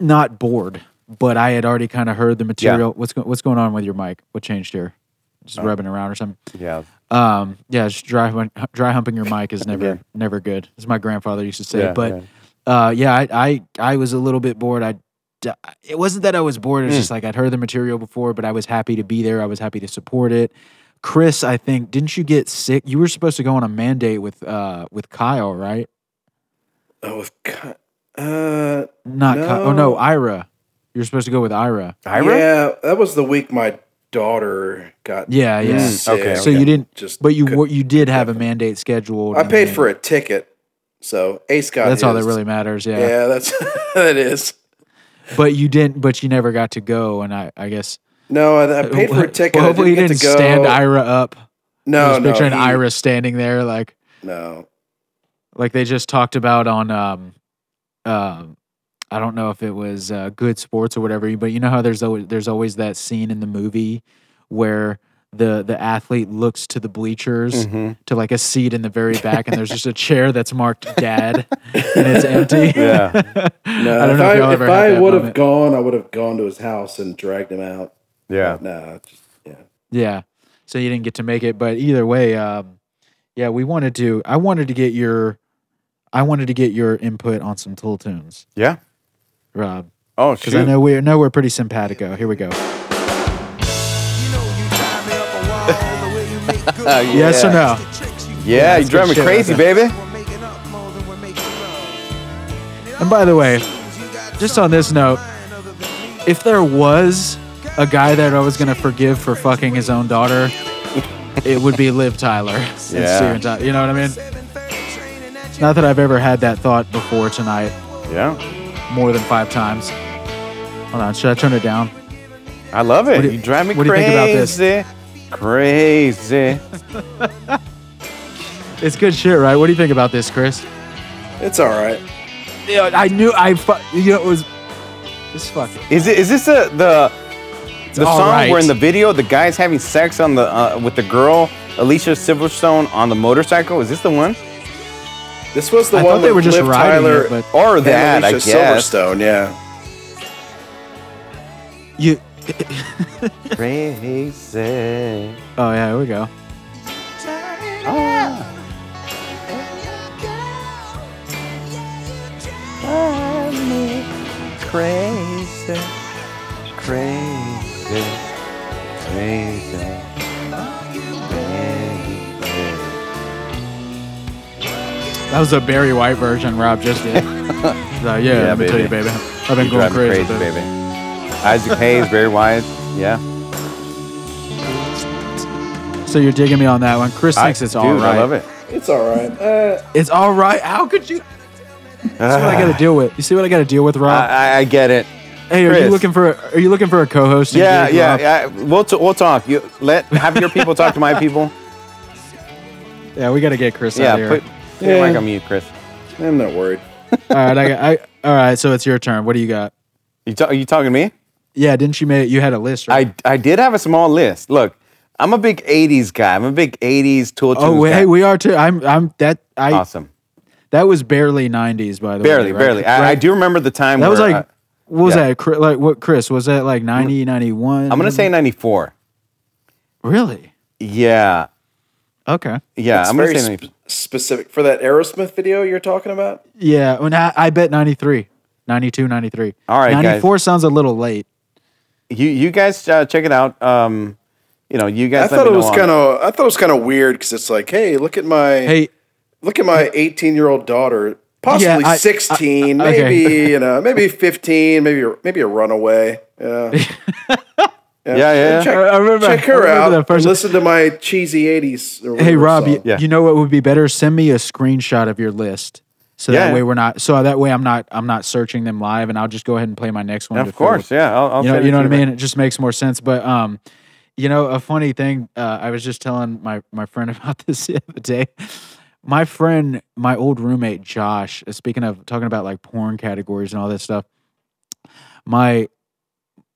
not bored, but I had already kind of heard the material. What's go- what's going on with your mic? What changed here? Just rubbing around or something.
Yeah.
Um, yeah, just dry hun- dry humping your mic is never never good. As my grandfather used to say.
Yeah,
but yeah, uh, yeah I, I I was a little bit bored. I d- it wasn't that I was bored. It's just like I'd heard the material before, but I was happy to be there. I was happy to support it. Chris, I think didn't you get sick? You were supposed to go on a mandate with uh with Kyle, right?
Oh, with Ki- uh,
Not Ky- oh
No.
no, Ira. You're supposed to go with Ira.
Ira?
yeah, that was the week my daughter got
Yeah, yeah. Mm,
sick.
okay,
So you didn't,
just
but you
could-
were- you did have a mandate scheduled.
I
and
paid
then-
for a ticket, so Ace got.
That's all that
his.
really matters.
Yeah, that's *laughs* that is.
but you didn't but you never got to go and i i guess
No, I, I paid for a ticket. I
hopefully
didn't,
you didn't
get to go.
stand ira up
No,
i was
no,
picturing
he-
ira standing there like
No,
like they just talked about on um um i don't know if it was uh, good sports or whatever but you know how there's always there's always that scene in the movie where the the athlete looks to the bleachers
Mm-hmm.
Mhm.
to like a seat in the very back and there's just a chair that's marked dad and
*laughs*
it's empty *laughs*
Yeah.
no.
i don't
if
know if, y'all
I,
ever had
if I
that
would have
moment.
gone, I would have gone to his house and dragged him out.
Yeah.
No, just, yeah.
Yeah. So you didn't get to make it, but either way, um, yeah, we wanted to. I wanted to get your, I wanted to get your input on some Tool tunes,
Yeah.
Rob,
Oh,
because I
shoot.
know we're know we're pretty simpatico. Here we go.
*laughs*
Yes or no?
Yeah, you
good
drive me
shit
crazy,
right
baby.
And by the way, just on this note, if there was a guy that I was gonna forgive for fucking his own daughter, it would be Liv Tyler. *laughs* and
Yeah.
Steven Tyler. You know what I mean? Not that I've ever had that thought before tonight.
Yeah.
more than five times. Hold on, should I turn it down?
I love it.
What do
You,
you-
drive me
what do you
crazy.
think about this?
Crazy.
It's good shit, right? What do you think about this, Chris?
It's all right.
Yeah, I knew I. Fu- you know, it was. This fucking.
Is it? Is this a, the the
all
song where
right.
in the video the guy's having sex on the uh, with the girl Alicia Silverstone on the motorcycle? Is this the one?
This was the
I
one
thought they
with
were just
Liv
riding
Tyler
it, but
Or
and
that? I
Alicia
guess.
Silverstone. Yeah,
you.
Crazy.
Oh yeah, here we go.
Ah, drive me crazy, crazy, crazy, baby.
That was a Barry White version Rob just
*laughs*
did. so, yeah, let me tell you, baby. I've been going
You drive me
crazy,
crazy,
baby. *laughs*
baby. Isaac Hayes, very wise. Yeah.
So you're digging me on that one. Chris thinks it's all
dude,
right.
I love it.
it's all right. Uh,
It's all right. How could you? That's what I
*sighs*
got to deal with. You see what I got to deal with, Rob?
I, I- I get it.
hey, are you
Uh, Chris.
looking for? A, are you looking for a co-host?
Yeah, yeah, yeah. We'll t- we'll talk. You let have your people talk
*laughs*
to my people.
Yeah, we got to get Chris out of here.
Yeah, put, put your
Yeah.
mic on mute, Chris.
I'm not worried.
all right, I, got- I, all right. So it's your turn. What do you got?
You ta- you talking to me?
Yeah, didn't you make you had a list? Right?
I I did have a small list. Look, I'm a big '80s guy. I'm a big '80s tool.
oh,
tunes
wait,
guy.
hey, we are too. I'm I'm that I
awesome.
that was barely '90s by the
Barely,
way. right?
barely. I, I
Right?
do remember the time.
That was
where
like
I,
what was
uh, yeah. Mm.
that? Chri- Like what? Chris was that like 90, 91?
I'm gonna say '94.
really.
Yeah,
Okay.
yeah.
It's
I'm gonna
very
say
sp-
94.
specific for that Aerosmith video you're talking about.
Yeah. When I, I bet 93, 92, 93.
All right, guys.
94 sounds a little late.
You you guys uh, check it out. Um, you know, you guys.
I
let
thought it
me know
was
on-
kind of I thought it was kind of weird because it's like, hey, look at my
Hey,
look at my 18 year old daughter, possibly
Yeah, I-
16,
I- okay.
maybe
*laughs*
you know, maybe 15, maybe maybe a runaway. Yeah, yeah,
Yeah, yeah.
Check,
I remember-
check
I
her
remember
out.
that first-
Listen to my cheesy 80s. Or
hey
whatever
Rob,
song.
you,
Yeah.
you know what would be better? Send me a screenshot of your list. So
Yeah.
that way we're not so that way I'm not I'm not searching them live and I'll just go ahead and play my next one. to
Of
fill with-
course, yeah. I'll, I'll
you know,
send it
you know
to
what I
you.
mean. It just makes more sense. But um, you know, a funny thing. Uh, I was just telling my my friend *laughs* about this the other day. My friend, my old roommate Josh. uh, Speaking of talking about like porn categories and all that stuff, my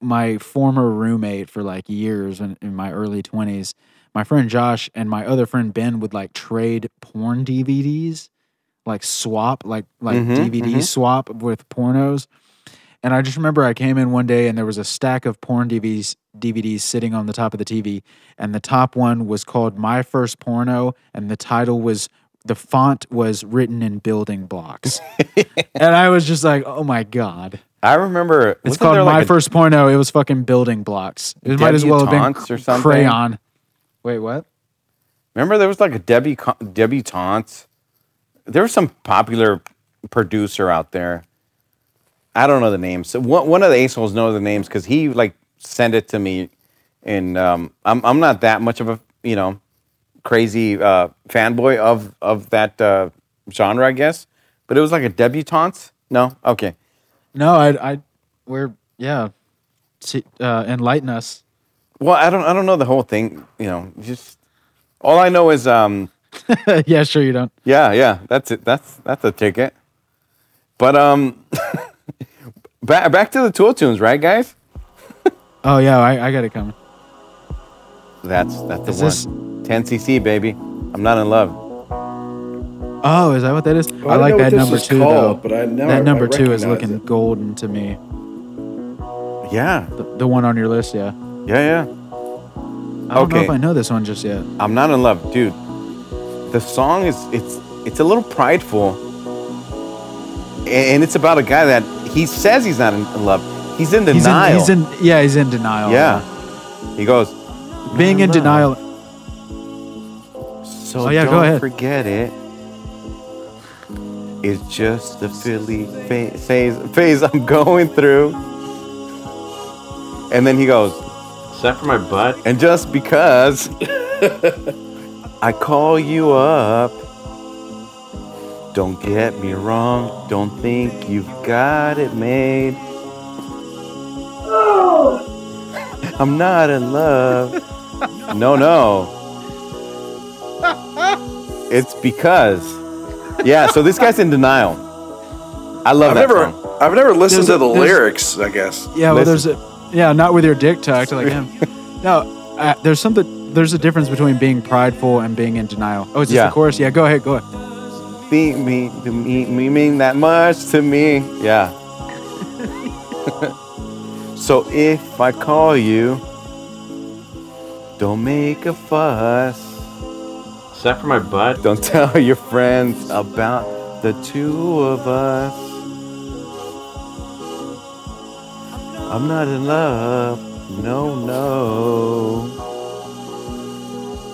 my former roommate for like years in, in my early twenties, my friend Josh and my other friend Ben would like trade porn DVDs, like swap, like like
Mhm,
DVD swap with pornos. And I just remember I came in one day and there was a stack of porn DVDs, DVDs sitting on the top of the TV. And the top one was called My First Porno. And the title was, the font was written in building
*laughs*
blocks. and I was just like, oh my God.
I remember.
It's
wasn't
called
there like
My
a-
First Porno. It was fucking building blocks. It might as well have been
Debutantes or something?
crayon. Wait, what?
Remember, there was like a debutan- debutante. There was some popular producer out there. I don't know the names. So one, one of the assholes knows the names because he like sent it to me, and um, I'm I'm not that much of a you know crazy uh, fanboy of of that uh, genre, I guess. But it was like a debutante. No, okay.
No, I, I, we're yeah, See, uh, enlighten us. *laughs*
Well, I don't I don't know the whole thing. You know, just all I know is um,
yeah, sure you don't.
Yeah, yeah, that's it. That's that's a ticket. But um, *laughs* back back to the Tool tunes, right, guys?
Oh yeah, I, I got it coming.
That's that's the
Is
one.
this-
10cc, baby. I'm not in love.
Oh, is that what that is?
Well,
I
don't
like
know what
that
this
number
is
two
called,
though.
But I, now I- I
that number two is
recognize
looking
it.
golden to me.
Yeah,
The, the one on your list, yeah.
yeah, yeah.
I don't know
Okay.
if I know this one just yet.
I'm not in love, dude. The song is it's it's a little prideful, A- and it's about a guy that he says he's not in in love. He's in
He's in,
denial.
he's in, yeah, he's in denial.
yeah. He goes.
being in denial.
So
Oh, yeah, go
don't
ahead.
forget it. It's just the Philly fa- phase phase I'm *laughs* going through. And then he goes,
Except for my butt.
and just
*laughs*
because I call you up, don't get me wrong, don't think you've got it
*sighs*
made. I'm not in love.
*laughs*
No, no. It's because. Yeah, so this guy's in denial. I love
I've
that
never,
song.
I've never listened
There's a-
to the
there's-
lyrics. I guess.
Yeah, well,
Listen.
there's a yeah, not with your dick tucked
*laughs*
like him. No, uh, there's something. There's a difference between being prideful and being in denial. Oh, is this
Yeah.
the chorus? Yeah, go ahead, go ahead.
Be, me, to me, me mean that much to me. Yeah. *laughs* so if I call you, don't make a fuss.
Except for my butt.
Don't *laughs* tell your friends about the two of us. I'm not in love. No, no.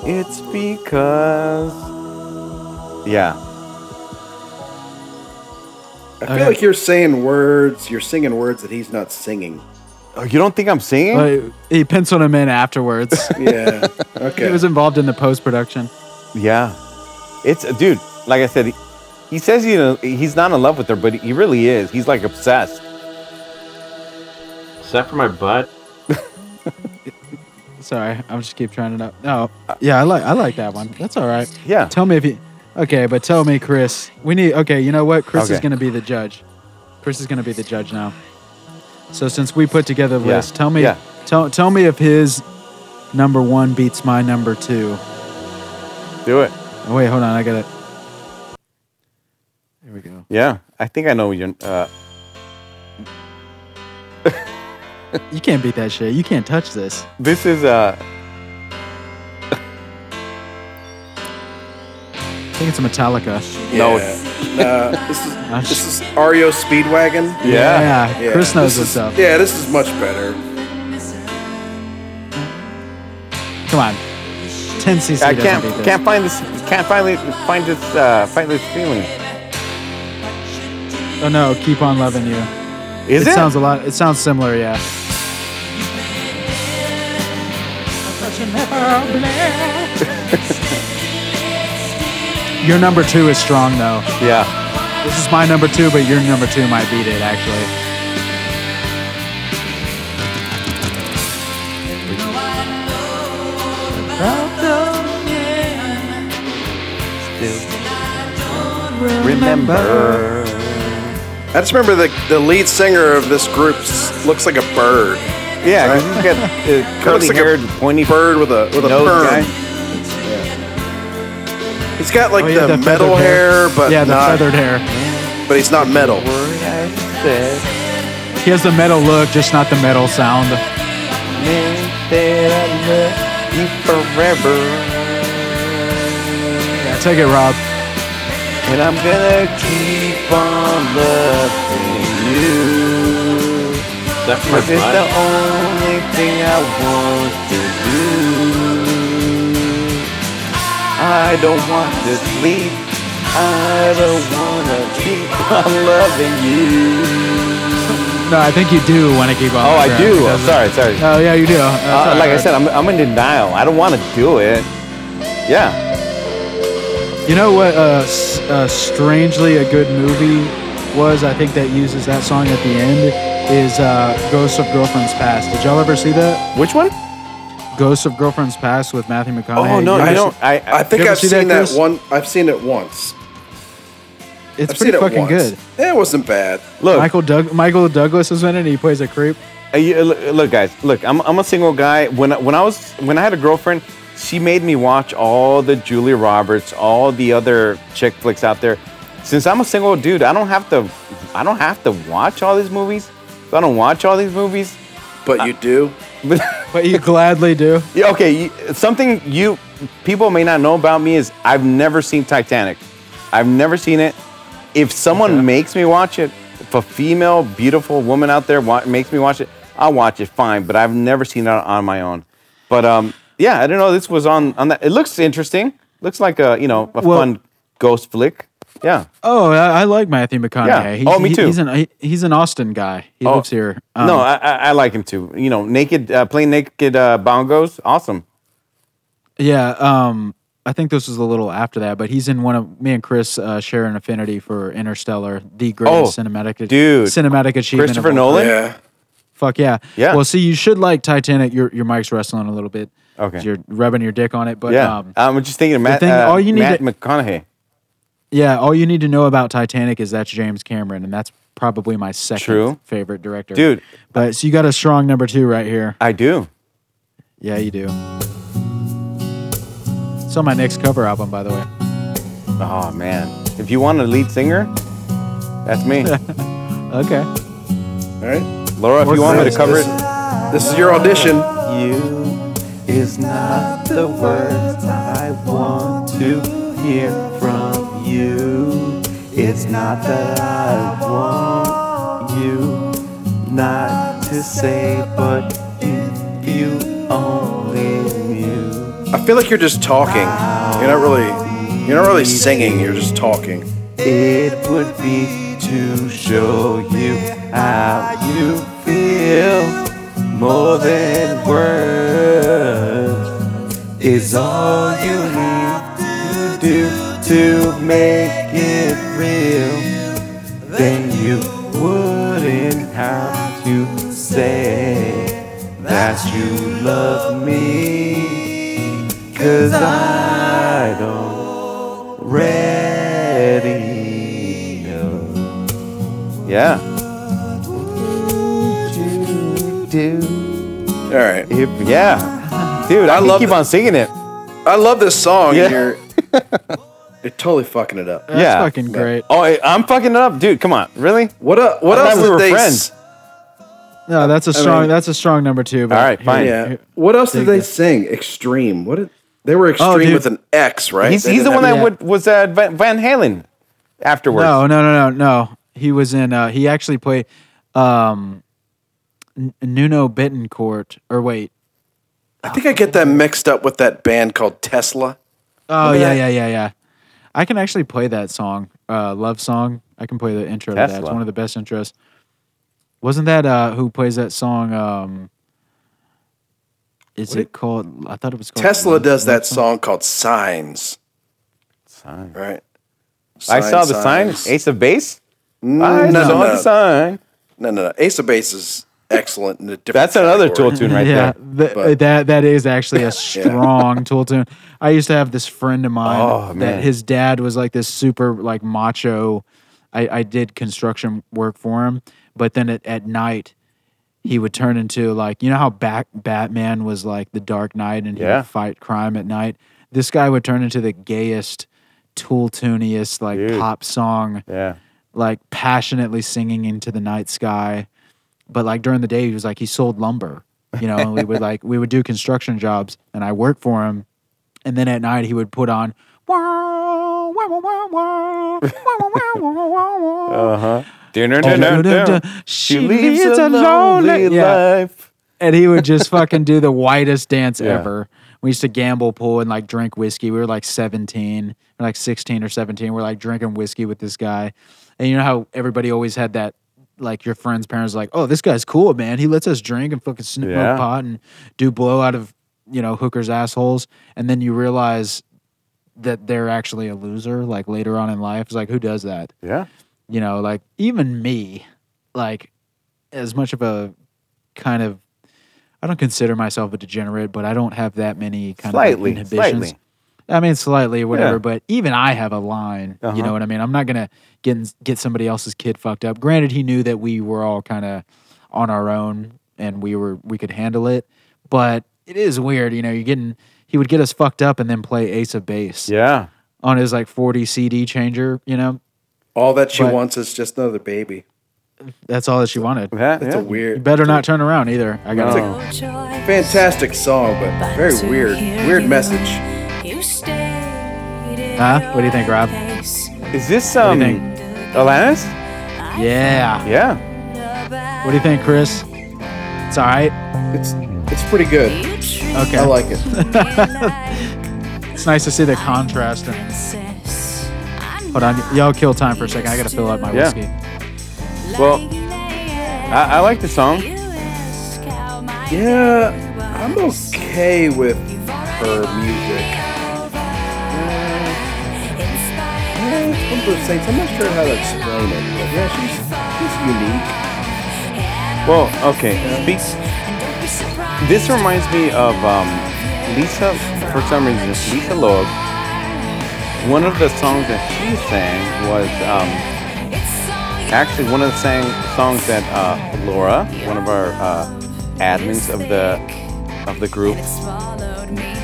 It's because. Yeah.
I
Okay.
feel like you're saying words. You're singing words that he's not singing.
Oh, you don't think I'm singing?
Well, he he penciled him in
*laughs*
afterwards. *laughs*
Yeah.
he
Okay.
was involved in the post production.
Yeah, it's dude. Like I said, he, he says you know he's not in love with her, but he really is. He's like obsessed.
Except for my butt.
Sorry, I'm just keep trying it up. No, uh, yeah, I like I like that one. That's all right.
Yeah.
Tell me if you. Okay, but tell me, Chris. We need. Okay, you know what? Chris is
Okay.
going to be the judge. Chris is going to be the judge now. So since we put together the
Yeah.
list, tell me.
Yeah.
Tell tell me if his number one beats my number two.
Do it.
Oh, wait, hold on. I got it. There we go.
Yeah, I think I know you. Uh,
You can't beat that shit. You can't touch this.
this is uh,
I think it's a Metallica.
no,
Yeah. Nah, this is
I'm
this
just-
is Ario Speedwagon.
Yeah.
yeah.
Ah, Chris knows
this
what's
is-
up.
Yeah, this is much better.
Come on. 10 cc.
I
doesn't
can't
beat this.
can't find this can't finally find this uh, find this feeling.
Oh no, keep on loving you.
Is it?
sounds a lot. It sounds similar, yeah. your number two is strong though.
yeah.
This is my number two, but your number two might beat it actually.
Remember.
I just remember the, the lead singer of this group s- looks like a bird.
Yeah, 'cause he's
*laughs*
got uh, curly
Looks like a
haired, pointy
Bird with a with a
nose
perm.
guy.
He's got like
Oh, yeah,
the,
that
metal
feathered
hair, but
yeah, the
not
feathered hair.
but he's not metal.
Worry I said,
He has the metal look, just not the metal sound.
meant that I love you forever.
Yeah, take it, Rob.
And I'm gonna keep on loving you.
Except for my
Cause it's the
butt.
only thing I want to do. I don't want to sleep. I don't wanna keep on loving you.
No, I think you do want to keep on.
Oh, I do. Oh, sorry, sorry.
Oh, yeah, you do.
Uh, like I said, I'm, I'm in denial. I don't want to do it. Yeah.
You know what? Uh, s- uh, strangely, a good movie was. I think that uses that song at the end is uh, "Ghosts of Girlfriends Past." Did y'all ever see that?
Which one?
"Ghosts of Girlfriends Past" with Matthew McConaughey.
Oh no,
You
I
ever
don't.
see-
I,
I
I
think
You ever
I've
see
seen
that,
that,
Chris?
one. I've seen it once.
It's
I've seen
pretty
it
fucking
once.
good.
Yeah, It wasn't bad.
look.
Michael Doug- Michael Douglas is in it. He plays a creep.
Uh, you- uh, look, look, guys. Look, I'm, I'm a single guy. When I- when I was when I had a girlfriend, she made me watch all the Julia Roberts, all the other chick flicks out there. Since I'm a single dude, I don't have to. I don't have to watch all these movies. So I don't watch all these movies. *laughs*
But you do.
But you gladly do.
Yeah, okay. you- Something you people may not know about me is I've never seen Titanic. I've never seen it. If someone makes me watch it, if a female, beautiful woman out there wa- makes me watch it, I'll watch it fine. But I've never seen it on my own. But um, yeah, I don't know. This was on on that. It looks interesting. Looks like a you know a
Well-
fun ghost flick. Yeah.
Oh, I, I like Matthew McConaughey.
Yeah.
He's,
Oh, me
he-
too. Oh.
He's an he- he's an Austin guy. He lives here. Um,
no, I, I I like him too. You know, naked, uh, plain naked uh, bongos, awesome.
Yeah, um, I think this was a little after that, but he's in one of me and Chris uh, share an affinity for Interstellar, the greatest
Oh,
cinematic
dude.
cinematic achievement. of
Christopher
all-
Nolan.
Yeah.
Fuck yeah.
Yeah.
Well, see, you should like Titanic. Your your mic's wrestling a little bit.
Okay.
You're rubbing your dick on it, but
Yeah,
um,
I'm just thinking of Matt,
thing-
uh,
all you need to-
Matt McConaughey.
yeah. All you need to know about Titanic is that's James Cameron, and that's probably my second
True.
favorite director,
Dude.
But so you got a strong number two right here.
I do.
Yeah, you do. It's on my next cover album, by the way.
Oh man, if you want a lead singer, that's me,
Okay.
All right.
Laura. If you want me to cover it,
This is your audition.
you is not the words I want to hear from you. It's not that I want you not to say, but if you only knew.
I feel like you're just talking. You're not really. You're not really singing. You're just talking.
It would be to show you how you feel more than words is all you have to do to make it real. Then you wouldn't have to say that you love me, cause I don't ready. Yeah.
All right.
If- yeah. Dude, I, love
love
keep
it.
on singing it.
I love this song.
Yeah.
And you're, *laughs* you're totally fucking it up.
That's
Yeah.
fucking great.
Oh, I- I'm fucking it up, dude. Come on, really?
What up? What
I thought
else
we
did
were
they?
friends.
s-
No, that's a strong.
mean-
that's a strong number two. But
All right, fine.
Yeah. What else did they sing? Extreme. What? Did, they were extreme
dude.
with an X, right?
He's,
They
he's the
didn't
one
have-
that
Yeah.
would, was uh, Van, Van Halen afterwards.
No, no, no, no, no. He was in. Uh, he actually played um, N- Nuno Betancourt. Or wait.
I think I get that mixed up with that band called Tesla.
Oh
Remember
yeah,
that?
yeah, yeah, yeah. I can actually play that song. Uh, love song. I can play the intro to that. It's
Tesla.
one of the best intros. Wasn't that uh, who plays that song? Um, is it called? I thought it was called
Tesla
Love-
does
Love
that song called Signs,
Sign.
right?
I saw the
Signs,
sign, Ace of Base. I
No, no,
saw the
no,
sign.
no, no, no. Ace of Base is excellent. In a different
That's another
category.
Tool tune right
yeah,
there.
th-
But-
that that is actually
*laughs*
a strong tool tune. I used to have this friend of mine
Oh,
that
man.
his dad was like this super like macho. I, I did construction work for him, but then at, at night he would turn into like you know how back Batman was like the Dark Knight and he
Yeah.
would fight crime at night. This guy would turn into the gayest, tool tuniest like
Dude.
pop song
Yeah.
like passionately singing into the night sky. But like during the day, he was like he sold lumber, you know. And we would like we would do construction jobs, and I worked for him. And then at night, he would put on.
Uh huh.
Oh, She leads a lonely life.
life.
And he would just fucking do the whitest dance
Yeah.
ever. We used to gamble pool and like drink whiskey. We were like 17, or like 16 or 17. We're like drinking whiskey with this guy. And you know how everybody always had that like your friend's parents are like, oh, this guy's cool, man. He lets us drink and fucking smoke
Yeah.
pot and do blow out of you know hookers' assholes, and then you realize that they're actually a loser. Like later on in life, it's like who does that?
Yeah.
you know, like even me, like as much of a kind of I don't consider myself a degenerate, but I don't have that many kind
Slightly,
of inhibitions.
slightly.
I mean, slightly or whatever,
Yeah.
but even I have a line. You
Uh-huh.
know what I mean? I'm not gonna get in- get somebody else's kid fucked up. Granted, he knew that we were all kind of on our own and we were we could handle it, but it is weird. You know, you're getting he would get us fucked up and then play Ace of Base
Yeah.
on his like 40 CD changer. You know,
All that she
But-
wants is just another baby.
that's all that she wanted.
Yeah.
That's
yeah.
a
You
weird,
better not turn around either. I got
No.
to
fantastic song, but very weird, weird message.
Huh? What do you think, Rob?
Is this um
do you
Alanis?
Yeah.
Yeah.
What do you think, Chris? It's all right.
It's it's pretty good.
Okay.
I like it.
it's nice to see the contrast. And, hold on, y'all kill time for a second. I gotta fill up my
Yeah.
whiskey.
Well, I, I like the song.
Yeah, I'm okay with her music. Yeah, it's one of those things. I'm not sure how to explain it, but yeah, she's she's unique.
Well, okay. Speaks. This reminds me of um, Lisa. For some reason, Lisa Loeb. One of the songs that she sang was um, actually one of the sang, songs that uh, Laura, one of our uh, admins of the of the group,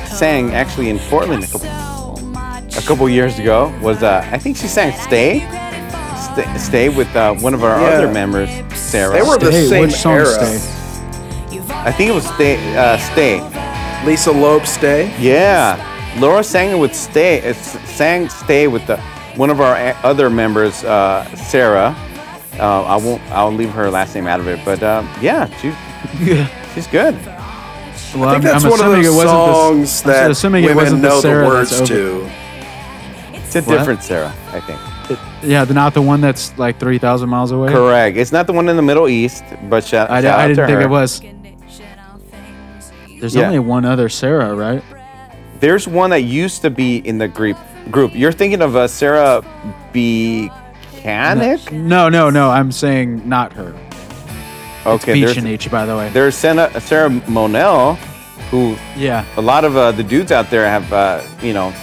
sang actually in Portland a couple, a couple years ago. Was uh, I think she sang "Stay." Stay, stay with uh, one of our
Yeah.
other members, Sarah.
They were the
Hey,
same
which song
era.
stay? *laughs*
I think it was Stay. Uh, stay.
Lisa Loeb, Stay.
Yeah, Laura sang it with Stay. It's sang Stay with the one of our a- other members, uh, Sarah. Uh, I won't. I'll leave her last name out of it. But uh, yeah, she,
Yeah.
she's good.
Well,
I think that's one of those songs
I'm
that
assuming it
women
wasn't
know
the, Sarah
the
that's
words
over-
to.
It's a
What?
different Sarah, I think.
Yeah, the, not the one that's like three thousand miles away.
Correct. It's not the one in the Middle East, but shout,
I,
shout
di-
out
I
to
didn't think
her.
it was. There's
Yeah.
only one other Sarah, right?
There's one that used to be in the group. Group. You're thinking of uh, Sarah Buchanan?
No, no, no. I'm saying not her.
Okay.
Beach
there's
and H, by the way.
there's Sarah, Sarah Monell, who
Yeah.
a lot of uh, the dudes out there have uh, you know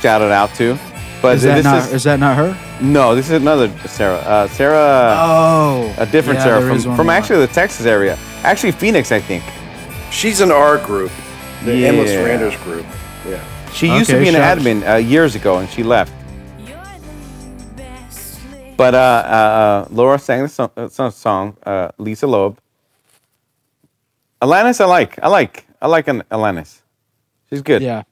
shouted out to. But
Is that
this
not?
is
Is that not her?
no, this is another Sarah. Uh, Sarah,
Oh,
a different
yeah, there
Sarah
is
from
one
from
more.
actually the Texas area, actually Phoenix, I think.
She's in our group, the Endless
Yeah.
Randers group. Yeah.
She used to
Okay,
be an
shout-
admin uh, years ago, and she left. But uh, uh, uh, Laura sang the song, uh, some song uh, Lisa Loeb. Alanis, I like. I like. I like an Alanis. She's good.
Yeah.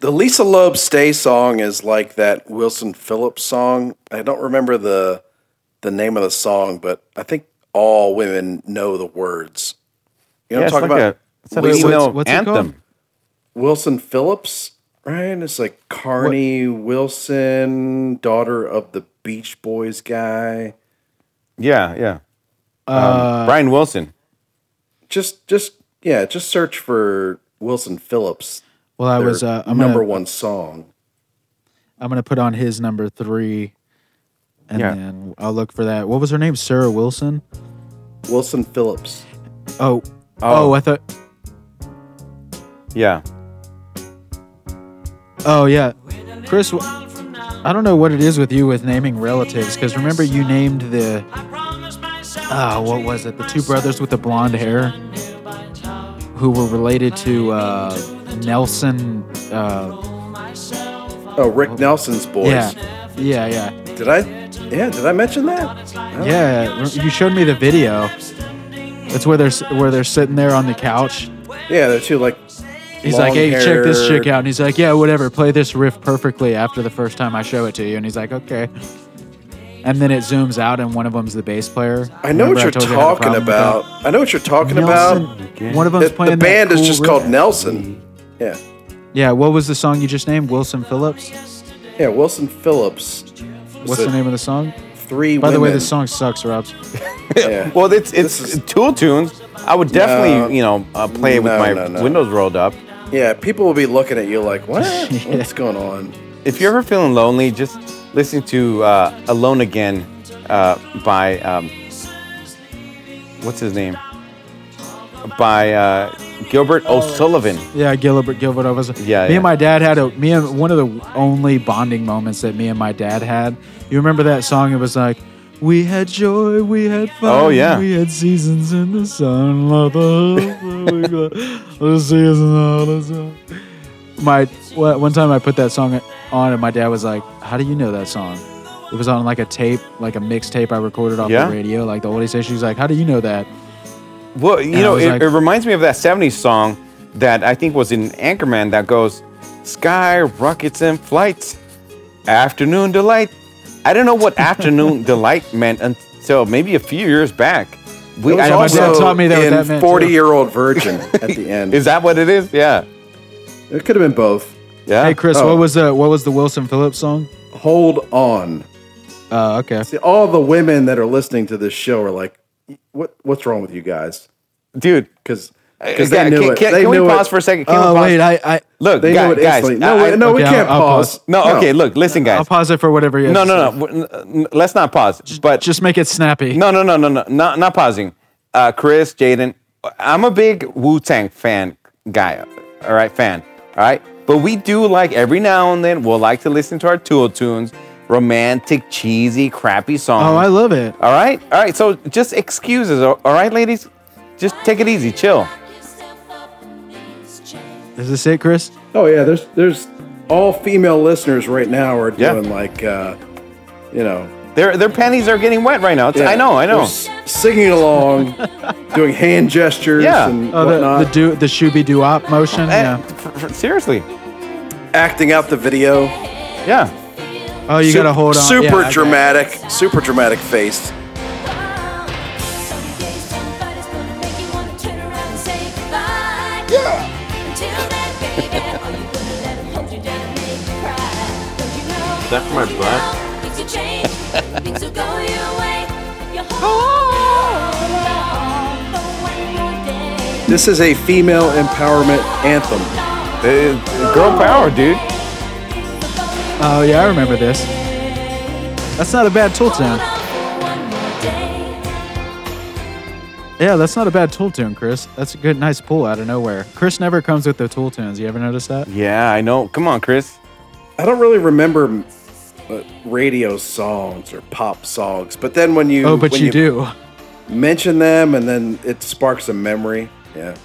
The Lisa Loeb "Stay" song is like that Wilson Phillips song. I don't remember the the name of the song, but I think all women know the words. You know, what
Yeah, it's
I'm
like
talking about
a, it's a
Wait,
female
what's- what's it called?
anthem.
Wilson Phillips, right? It's like Carney Wilson, daughter of the Beach Boys guy.
Yeah, yeah. Um,
Uh,
Brian Wilson.
Just, just yeah, just search for Wilson Phillips.
well, I
their
was uh, I'm
number
gonna,
one song.
I'm gonna put on his number three, and
Yeah.
then I'll look for that. What was her name? Sarah Wilson.
Wilson Phillips.
Oh, oh,
Oh.
I thought.
Yeah.
Oh yeah, Chris. wh- I don't know what it is with you with naming relatives, because remember you named the. Ah, what was it? The two brothers with the blonde hair, who were related to uh, Nelson. Uh,
Oh, Rick Nelson's boys.
yeah, yeah, yeah.
Did I? Yeah, did I mention that?
Yeah, r- you showed me the video. It's where they're s- where they're sitting there on the couch.
Yeah, they're two like.
He's like, "Hey, check this chick
long-haired-
out," and he's like, "Yeah, whatever. Play this riff perfectly after the first time I show it to you." And he's like, "Okay." And then it zooms out, and one of them's the bass player.
I know
Remember
what you're
told you I had a
talking
problem with
about. I know what you're talking
that?
about.
Nelson- One of them's
The, the
playing that
band is
cool
just
riff.
called Nelson. Yeah,
Yeah, what was the song you just named? Wilson Phillips.
yeah. Wilson Phillips.
What's the name of the song?
three.
By the way,
women.
this song sucks, Robs.
Yeah.
Well, it's it's
This is-
tool tunes. I would definitely
No.
you know uh, play it with
No,
my
no, no.
windows rolled up.
yeah, people will be looking at you
*laughs*
like, what? What's going on?
If you're ever feeling lonely, just listen to uh, "Alone Again" uh, by um, what's his name? By uh, Gilbert O'Sullivan.
Yeah, Gilbert Gilbert. I was.
Yeah,
Me
yeah.
and my dad had a me and one of the only bonding moments that me and my dad had. You remember that song? It was like. We had joy, we had fun.
Oh, yeah.
we had seasons in the sun. la, la, la,
*laughs*
la, the season, la, la, la. My well, one time I put that song on, and my dad was like, "How do you know that song?" It was on like a tape, like a mixtape I recorded off
Yeah.
the radio, like the oldies station. He was like, "How do you know that?"
Well, you
I
know,
was
it,
like-
it reminds me of that '70s song that I think was in Anchorman that goes, "Sky rockets and flights, afternoon delight." I don't
*laughs*
know what afternoon delight meant until maybe a few years back. We
It was
I
my dad taught me that what
in
that meant, too.
forty-year-old virgin
*laughs*
at the end.
Is that what it is? Yeah,
it could have been both.
yeah.
Hey Chris,
Oh.
what was the what was the Wilson Phillips song?
Hold on.
Uh, okay.
See, all the women that are listening to this show are like, what? What's wrong with you guys?
dude.
Because
Can,
because they knew
can-
it.
can-
they
can we
knew
pause
it.
for a second? Can we
Oh
pause?
wait, I, I
look,
They
guy-
knew it
guys,
instantly. No,
I-
wait, no,
okay,
we
I'll-
can't
I'll
pause.
pause.
no, okay, look, listen, guys.
I'll pause it for whatever. He has
No,
to
no,
say.
no. w- n- n- Let's not pause. But
Just make it snappy.
No, no, no, no, no, not not pausing. Uh, Chris, Jaden, I'm a big Wu Tang fan guy. All right, fan. All right, but we do like every now and then we'll like to listen to our Tool tunes, romantic, cheesy, crappy songs.
Oh, I love it.
all right, all right. So just excuses. All all right, ladies, just take it easy, chill.
Is this it, Chris?
Oh yeah, there's there's all female listeners right now are
Yeah.
doing like, uh, you know,
Their their panties are getting wet right now. It's- I know, I know.
They're s- singing *laughs* along, doing hand gestures.
Yeah.
and
Oh, the
whatnot,
the do the shooby doo op motion.
Eh,
yeah.
f- f- seriously,
acting out the video.
yeah.
Oh, you gotta hold on. Yeah,
Super
I got it.
dramatic, super dramatic face.
that for my butt?
This is a female empowerment anthem.
Uh, girl power, dude.
Oh yeah, I remember this. That's not a bad tool tune. Yeah, that's not a bad tool tune, Chris. That's a good, nice pull out of nowhere. Chris never comes with the tool tunes. You ever notice that?
Yeah, I know. Come on, Chris.
I don't really remember uh, radio songs or pop songs, but then when you
Oh, but
when
you do.
mention them, and then it sparks a memory. Yeah,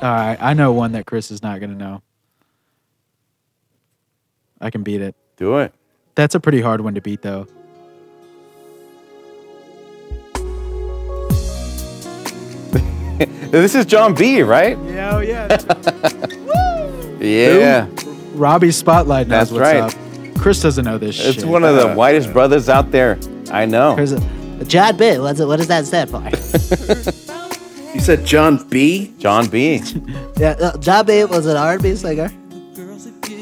All right, I know one that Chris is not gonna know. I can beat it.
Do it.
That's a pretty hard one to beat, though.
This is John B, right?
Yeah, oh, yeah.
Yeah.
Robbie Spotlight knows
That's
what's up.
right.
Chris doesn't know this shit.
It's one of the whitest brothers out there. I know.
Chris,
John B. What's it, what does that stand for?
you said John B.
John B.
yeah, uh, John B. was an R&B singer.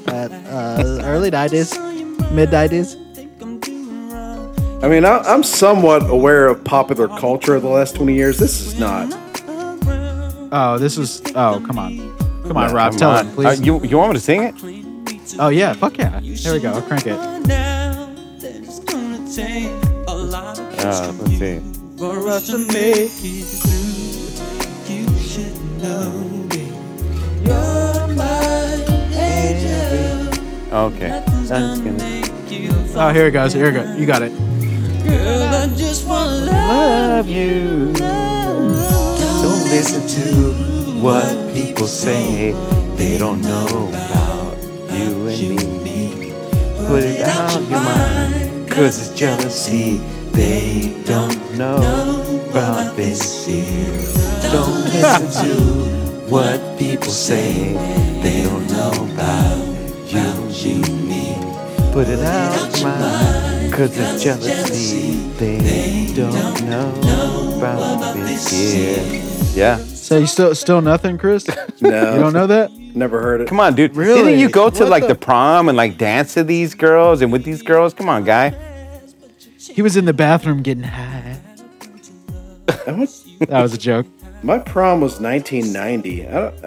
At, uh, early 90s, mid 90s.
I mean, I, I'm somewhat aware of popular culture of the last 20 years. This is not.
oh, this is. Oh, come on. Come on, Rob.
Come
tell
on.
him, please.
Uh, you, you want me to sing it?
oh, yeah. Fuck yeah. Here we go. I'll crank it.
Uh, let's see. Okay. That's gonna-
Oh, here it goes. Here it goes. You got it. Love you.
Don't listen to what people say. They don't know about you and me. Put it out your mind. Cause it's jealousy. They don't know about this here. Don't listen to what people say. They don't know about you and me. Put it out your mind. Cause it's jealousy. They don't know about this here. Yeah.
So you still still nothing,
*laughs*
Chris? *laughs* You
No,
don't know that?
never heard it.
Come on, dude. Didn't
Really?
you go to like the prom and like dance to these girls and with these girls? Come on, guy.
He was in the bathroom getting high.
I was-
That was a joke.
my prom was 1990. I don't, I don't,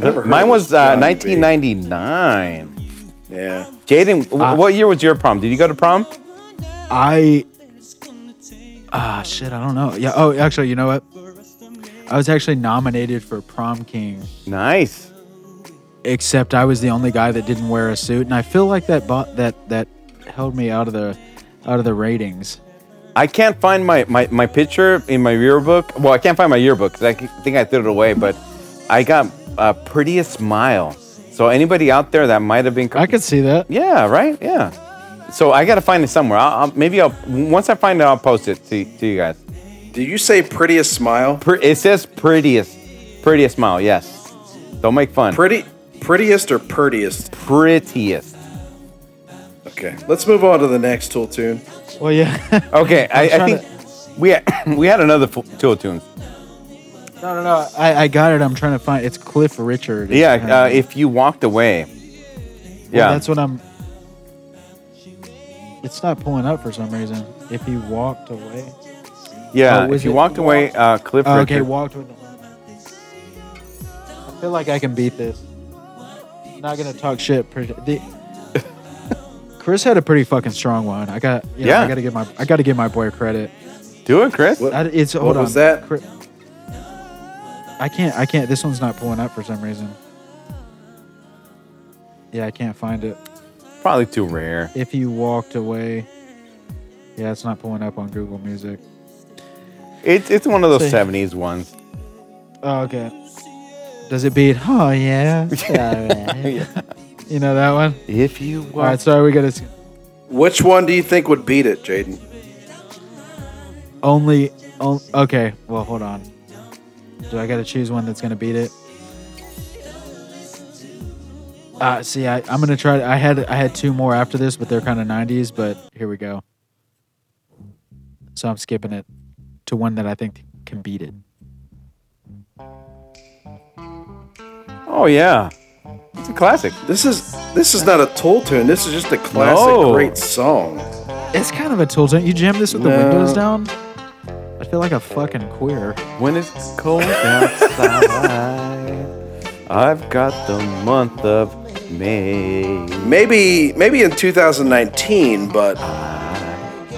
I never heard
Mine
of
was
this
uh,
John B.
1999.
Yeah.
Jaden, wh-
Uh,
what year was your prom? Did you go to prom?
I ah shit, I don't know. Yeah. Oh, actually, you know what? I was actually nominated for prom king,
Nice.
except I was the only guy that didn't wear a suit, and I feel like that bought that that held me out of the out of the ratings.
I can't find my, my, my picture in my yearbook. Well, I can't find my yearbook 'cause I c- think I threw it away, but I got uh, prettiest smile. So anybody out there that might have been.
I could see that.
Yeah, right? Yeah. So I got to find it somewhere. I'll, I'll, maybe I'll. Once I find it, I'll post it to, to you guys.
Did you say prettiest smile?
Pre- it says prettiest. Prettiest smile, yes. Don't make fun.
Pretty, prettiest or purtiest?
prettiest.
Okay, let's move on to the next Tool tune.
Well, yeah. *laughs*
Okay, I, I
trying
think we had, we *coughs* had another fu- Tool tunes.
no, no, no. I, I got it. I'm trying to find. It's Cliff Richard. It's
Yeah, uh,
kinda-
if you walked away.
Well,
yeah,
that's what I'm. It's not pulling up for some reason. If he walked away.
yeah.
oh, was
if you
it-
walked away, uh, Cliff
Oh, okay,
Richard.
walked with. I feel like I can beat this. I'm not gonna talk shit. per- The, *laughs* Chris had a pretty fucking strong one. I got you know,
Yeah.
I gotta give my I gotta give my boy credit.
Do it, Chris.
What-
I, it's
what
hold on.
was that?
Chri- I can't. I can't. This one's not pulling up for some reason. Yeah, I can't find it.
Probably too rare.
If you walked away. Yeah, it's not pulling up on Google Music.
It's it's one of those
See.
'70s ones.
Oh, okay. Does it beat? Oh *laughs* yeah. Alright. *laughs* You know that one?
If you walked.
All right, sorry, we got to
Which one do you think would beat it, Jaden?
only. On, okay, well, hold on. Do I got to choose one that's gonna beat it? Uh, see, I, I'm gonna try. I had I had two more after this, but they're kind of '90s. But here we go. So I'm skipping it to one that I think can beat it.
Oh yeah, it's a classic.
This is this is not a Tool tune. This is just a classic,
No.
great song.
It's kind of a tool. Don't you jam this with the
No.
windows down? I feel like a fucking queer.
When it's cold outside, I've got the month of May.
Maybe maybe in 2019, but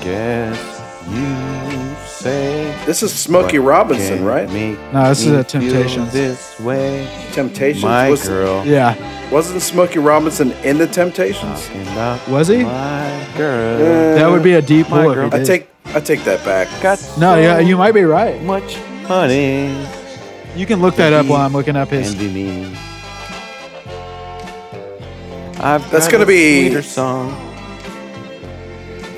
Guess you say.
this is Smokey Robinson,
can
right?
make
No, this is
me
a
feel
Temptations.
This way,
Temptations
my
was,
girl.
Yeah.
wasn't Smokey Robinson in the Temptations?
And I-
Was he?
My girl.
That would be a deep
My
pull. if
girl.
he
I
did.
take I take that back.
Got
No, yeah,
so
you might be right.
Much honey.
You can look that up while I'm looking up his.
and you need. I've
That's
got
gonna
a
be-
sweeter song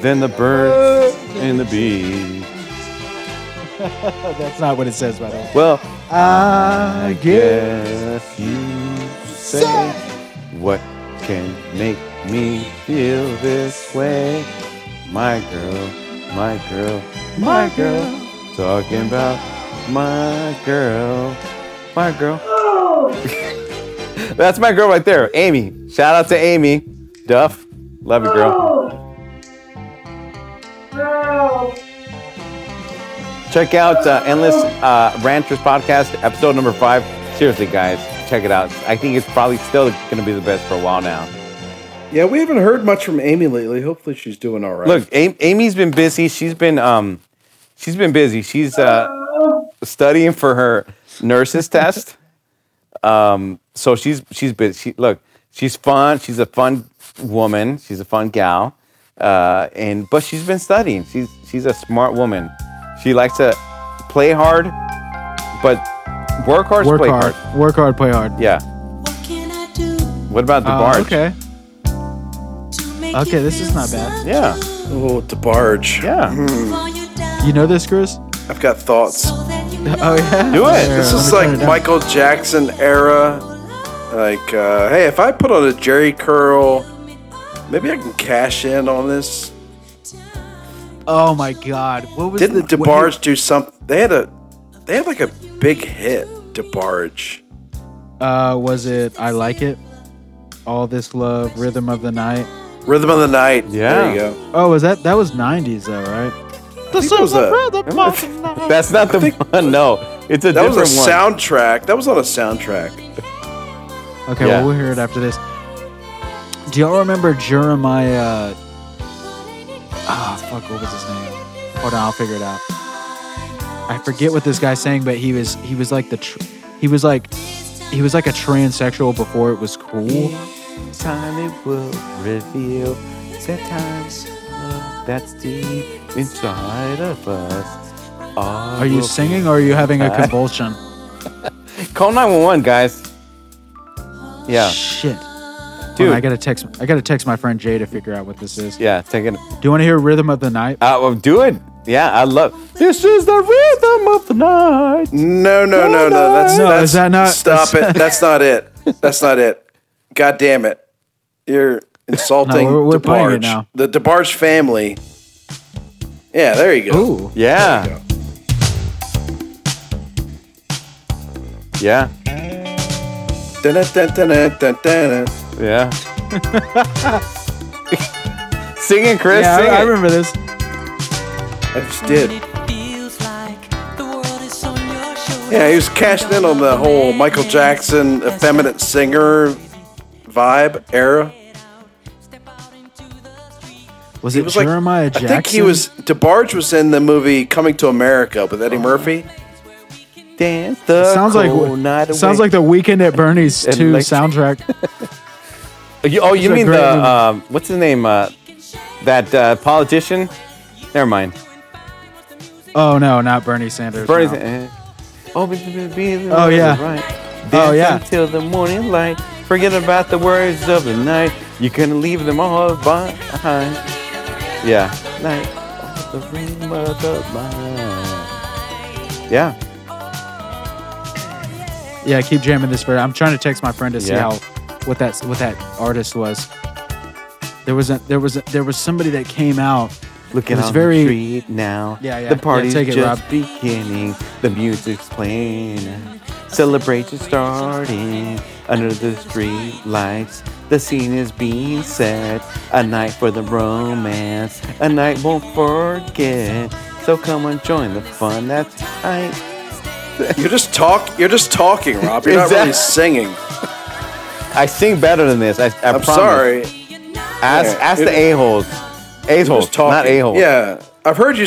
than the birds
Uh.
and the bees.
That's not what it says, by the way.
Well,
I
guess you say what can make me feel this way, my girl, my girl, my girl. Talking about my girl, my girl. Oh. *laughs* That's my girl right there, Amy. Shout out to Amy, Duff. Love you, girl. Check out uh, Endless uh, Ranchers podcast, episode number five. Seriously, guys, check it out. I think it's probably still going to be the best for a while now.
Yeah, we haven't heard much from Amy lately. Hopefully she's doing all right.
Look, Am- Amy's been busy. She's been um, she's been busy. She's uh, studying for her nurse's test. Um, so she's she's busy. She, look, she's fun. She's a fun woman. She's a fun gal. Uh, and but she's been studying. She's she's a smart woman. She likes to play hard, but work hard,
Work
play
hard.
hard.
Work hard, play hard.
Yeah. What about the
Uh,
barge?
okay. Okay, this is not bad.
Yeah.
oh, DeBarge. *laughs*
Yeah.
You know this, Chris?
I've got thoughts.
*laughs* Oh yeah.
Do it.
Here,
This
let
is
me turn
like
it down.
Michael Jackson era. Like, uh, hey, if I put on a Jerry curl, maybe I can cash in on this.
Oh my God. What was
Didn't
the what-
DeBarge do something? They had a, they had like a big hit. DeBarge.
Uh, was it I like it? All this love, rhythm of the night.
Rhythm of the Night.
Yeah.
There you go.
Oh, was that that was '90s though, right?
I think that was a,
That's not the *laughs* one. No, it's a
that
different
was a
one.
soundtrack. That was on a soundtrack.
Okay,
Yeah.
well we'll hear it after this. Do y'all remember Jeremiah? Ah, fuck, what was his name? Hold on, I'll figure it out. I forget what this guy's saying, but he was he was like the tr- he was like he was like a transsexual before it was cool.
Time it will reveal that times love that's deep inside of us.
Are you singing or are you having a convulsion?
Call 911, guys. Yeah,
Shit. Dude,
dude.
I gotta text. I gotta text my friend Jay to figure out what this is.
yeah, take it.
Do you want to hear "Rhythm of the Night"?
Uh, well, do it. Yeah, I love. This is the rhythm of the night.
No, no, no, no. That's,
No,
that's
is that not-
Stop it. That's not it. That's not it. God damn it! You're insulting
No, we're- we're playing it
DeBarge.
now.
The DeBarge family. Yeah, there you go.
Ooh,
Yeah.
*laughs*
Yeah.
Dun-dun-dun-dun-dun-dun.
*laughs*
Yeah. Singing, Chris.
yeah, I,
sing
I
it.
remember this.
I just did.
Yeah, he was cashing in on the whole Michael Jackson effeminate
singer vibe era.
Was
He
it
was like,
Jeremiah
I
Jackson?
think he was DeBarge was in the movie Coming to America with Eddie Murphy.
Dance the
Sounds like
Uh, cold night
sounds
away.
like the Weekend at Bernie's
And *laughs*
two
like-
soundtrack.
You- oh, you
It's a
mean
great
the
movie.
um, what's his name? Uh, that uh, politician? Never mind.
Oh no, not Bernie Sanders.
Bernie.
no.
eh. Oh, but the- the- the-
Oh, yeah.
Right.
Oh,
Dance
yeah.
Until the morning light. Forget about the worries of the night. You can leave them all behind. Yeah. Night. of The rim of the night. Yeah.
Yeah, keep jamming this for. I'm trying to text my friend to see
Yeah.
how what that what that artist was. There was a there was a, there was somebody that came out.
Looking
It was
on
very-
the street now.
Yeah, yeah,
The
yeah,
party's
take it,
just
Rob.
beginning. The music's playing. Celebration's starting. Under the street lights, the scene is being set. A night for the romance. A night won't forget. So come and join the fun. That's tight.
You're just talk. You're just talking, Rob. You're not really
Exact-
singing.
I sing better than this. I, I
I'm sorry.
Ask,
ask the
holes. A
You're just talking. Yeah, I've heard you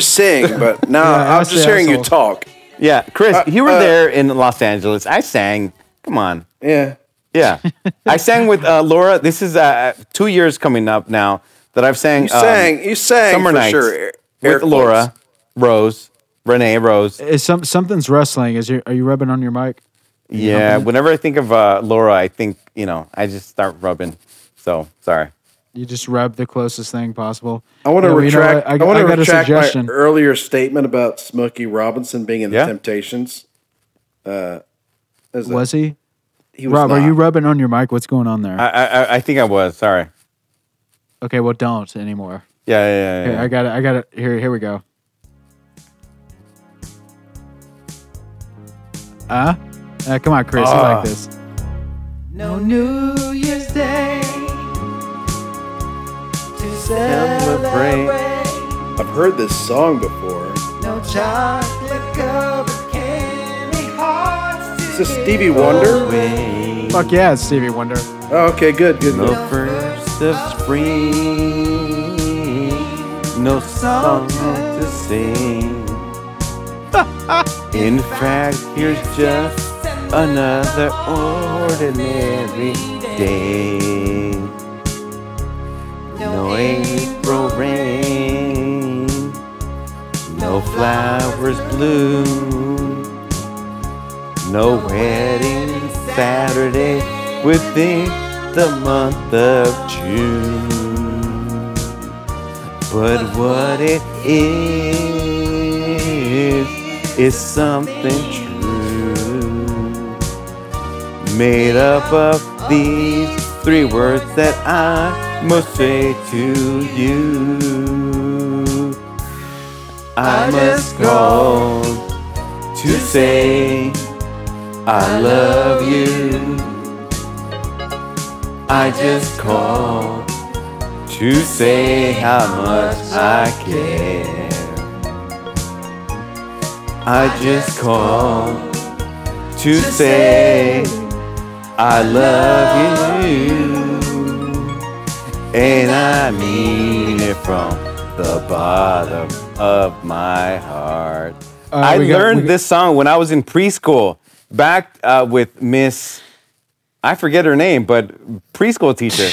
*laughs*
sing, but now
Yeah,
I'm
ask
just
the
hearing you
asshole.
talk.
Yeah, Chris,
you were uh, there
in Los Angeles. I sang. Come on.
Yeah.
*laughs* Yeah, I sang with uh, Laura. This is uh, two years coming up now that I've sang.
You sang. you sang
Um, summer
for
nights
sure. air- air
with Laura,
quotes.
Rose, Renee, Rose.
Is some something's rustling? Is you are you rubbing on your mic?
Yeah, whenever I think of uh, Laura, I think you know, I just start rubbing. So sorry.
You just rub the closest thing possible.
I want to
No, you know
retract.
what?
I,
I,
want
I
to
got a
retract
suggestion.
my earlier statement about Smokey Robinson being in the
Yeah.
Temptations. Uh, as a-
was he?
he was
Rob, are
not.
you rubbing on your mic? What's going on there?
I I, I think I was sorry.
okay, well, don't anymore.
Yeah, yeah, yeah.
Here,
yeah.
I got it. I got it. Here, here we go. Uh, uh come on, Chris. you
Ah.
like this?
No New Year's Day. To
Celebrate.
I've heard this song before.
no chocolate covered candy hearts.
Is this Stevie Wonder?
Fuck yeah, it's Stevie Wonder.
Oh, okay, good, good.
No
good.
first of spring, no song to *laughs* sing. In fact, here's just another ordinary day. No April rain, no flowers bloom. No wedding Saturday within the month of June. But what it is, is something true. Made up of these three words that I must say to you. I must go to say I love you. I just call to say how much I care. I just call to say I love you. And I mean it from the bottom of my heart.
All right,
I
Uh, we got-
learned
we got-
this song when I was in preschool, back uh, with Miss, I forget her name, but preschool teacher.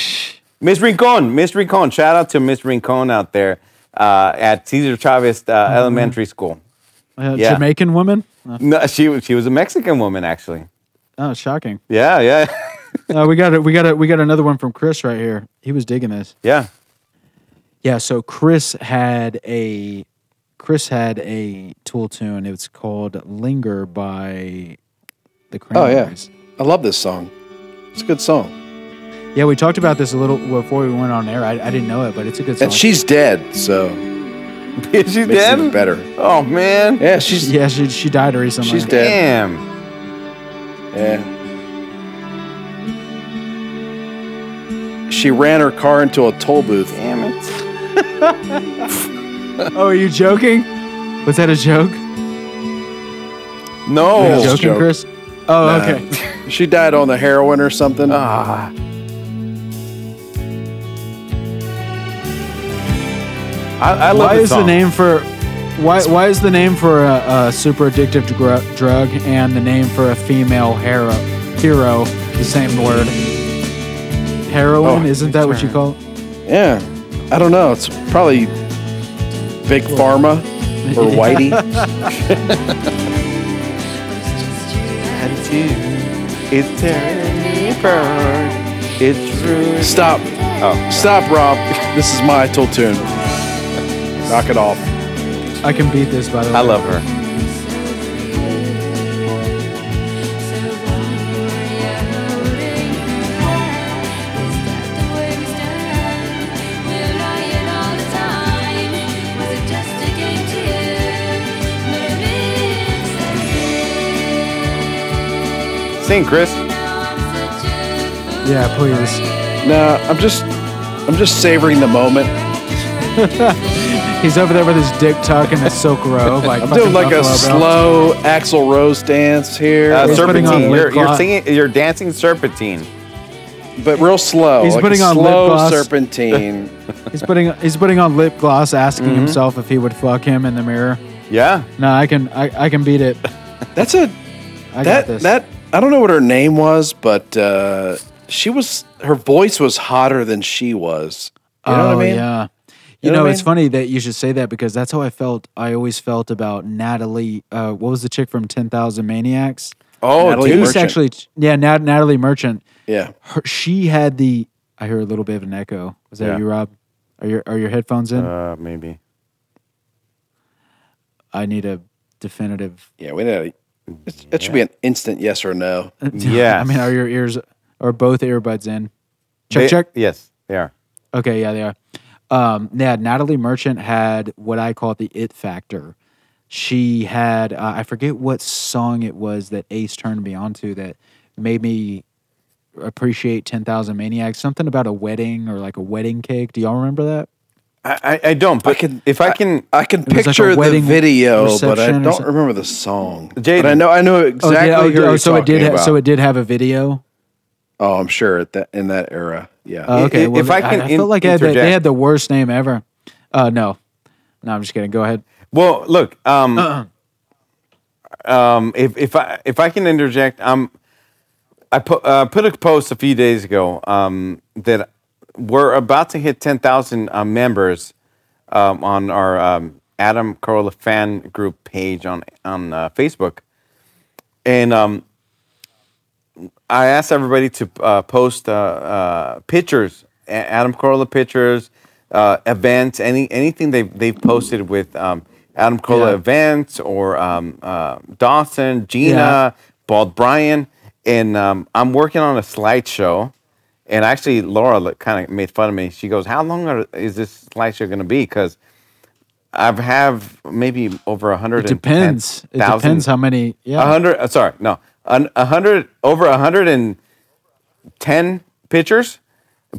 Miss Rincon, Miss Rincon. Shout out to Miss Rincon out there uh, at Cesar Chavez uh,
Mm-hmm.
Elementary School.
Uh,
Yeah.
Jamaican woman? Uh,
No, she, was- she was a Mexican woman, actually.
oh, shocking.
Yeah, yeah, *laughs*
Uh, we got it. We got it. We got another one from Chris right here. He was digging this.
yeah.
Yeah. So Chris had a Chris had a Tool tune. It was called "Linger" by the
Oh, yeah.
Cranberries.
I love this song. It's a good song.
yeah. We talked about this a little before we went on air. I, I didn't know it, but it's a good song.
And she's dead, so
Is
makes
she
it even
dead?
better.
Oh man,
Yeah, she's yeah.
yeah, she she died recently.
She's dead.
damn.
She ran her car into a toll booth.
Damn it.
Oh, are you joking? Was that a joke? Are you
No.
Yeah.
joking,
joke.
Chris? Oh, okay.
Uh, She died on the heroin or something.
Ah, I, I love
why
this
is the
song.
name for why why is the name for a, a super addictive dr- drug and the name for a female hero hero the same word? Heroin,
Oh,
isn't that what you call?
Yeah. I don't know. It's probably Big Pharma
*laughs*
or Whitey.
It's terrible. It's true.
Stop.
Oh.
Stop, Rob. This is my tool tune. Knock it off.
it? I can beat this by the way.
I love her. Sing, Chris. Uh,
Yeah, please.
No, I'm just I'm just savoring the moment.
He's over there with his dick tuck in a silk
*laughs*
robe. Like
I'm doing
fucking
like a
Buffalo Bill.
slow Axl Rose dance here.
Uh,
He's putting on
serpentine.
lip
You're, you're
gloss.
singing. You're dancing serpentine.
but real slow.
He's
like a
putting on lip
slow
gloss.
serpentine.
*laughs* He's putting he's putting on lip gloss, asking
Mm-hmm.
himself if he would fuck him in the mirror.
Yeah.
No, I can I, I can beat it.
That's a
I got
that
this.
that I don't know what her name was, but uh, she was her voice was hotter than she was. You know
oh,
what I mean?
Yeah. You,
You know
know,
what I
it's
mean?
funny that you should say that because that's how I felt. I always felt about Natalie. Uh, what was the chick from Ten Thousand Maniacs?
Oh,
Natalie
dude.
Who's
Merchant.
actually? Yeah, Nat- Natalie Merchant.
Yeah.
Her, she had the. I hear a little bit of an echo. Was that
Yeah.
you, Rob? Are your Are your headphones in?
Uh, maybe.
I need a definitive. *laughs*
Yeah, we know. It it should be an instant yes or no.
Yes.
I mean, are your ears? Are both earbuds in? Check
They-
check.
Yes, they are.
Okay, yeah, they are. Um, yeah, Natalie Merchant had what I call the it factor. She had, uh, I forget what song it was that Ace turned me on to that made me appreciate 10,000 Maniacs, something about a wedding or like a wedding cake. Do y'all remember that?
I, I, I don't. But if I can,
I can
was like a
picture the
wedding
video, but I
reception or
don't
some-
remember the song.
Jaden.
But I know I know exactly
oh, yeah,
who
oh,
you're
so it
talking
did. Ha-
about.
so it did have a video.
oh, I'm sure at that in that era. Yeah.
Uh, okay,
if
well,
I can
I, felt like I had the,
interject.
they had the worst name ever. Uh, no, no, I'm just kidding. Go ahead.
well, look. Um, um, if if I if I can interject, um, I put uh, put a post a few days ago um, that we're about to hit ten thousand uh, members um, on our um, Adam Carolla fan group page on on uh, Facebook, and um, I asked everybody to uh, post uh, uh, pictures, A- Adam Carolla pictures, uh, events, any anything they they've posted with um, Adam Carolla
Yeah.
events or um, uh, Dawson, Gina,
Yeah.
Bald Brian, and um, I'm working on a slideshow. And actually, Laura kind of made fun of me. She goes, "How long are, is this slideshow going to be?" Because I've have maybe over a hundred.
It depends. It depends how many.
A
Yeah.
hundred. uh, Sorry, no. An- A hundred over a hundred and ten pictures,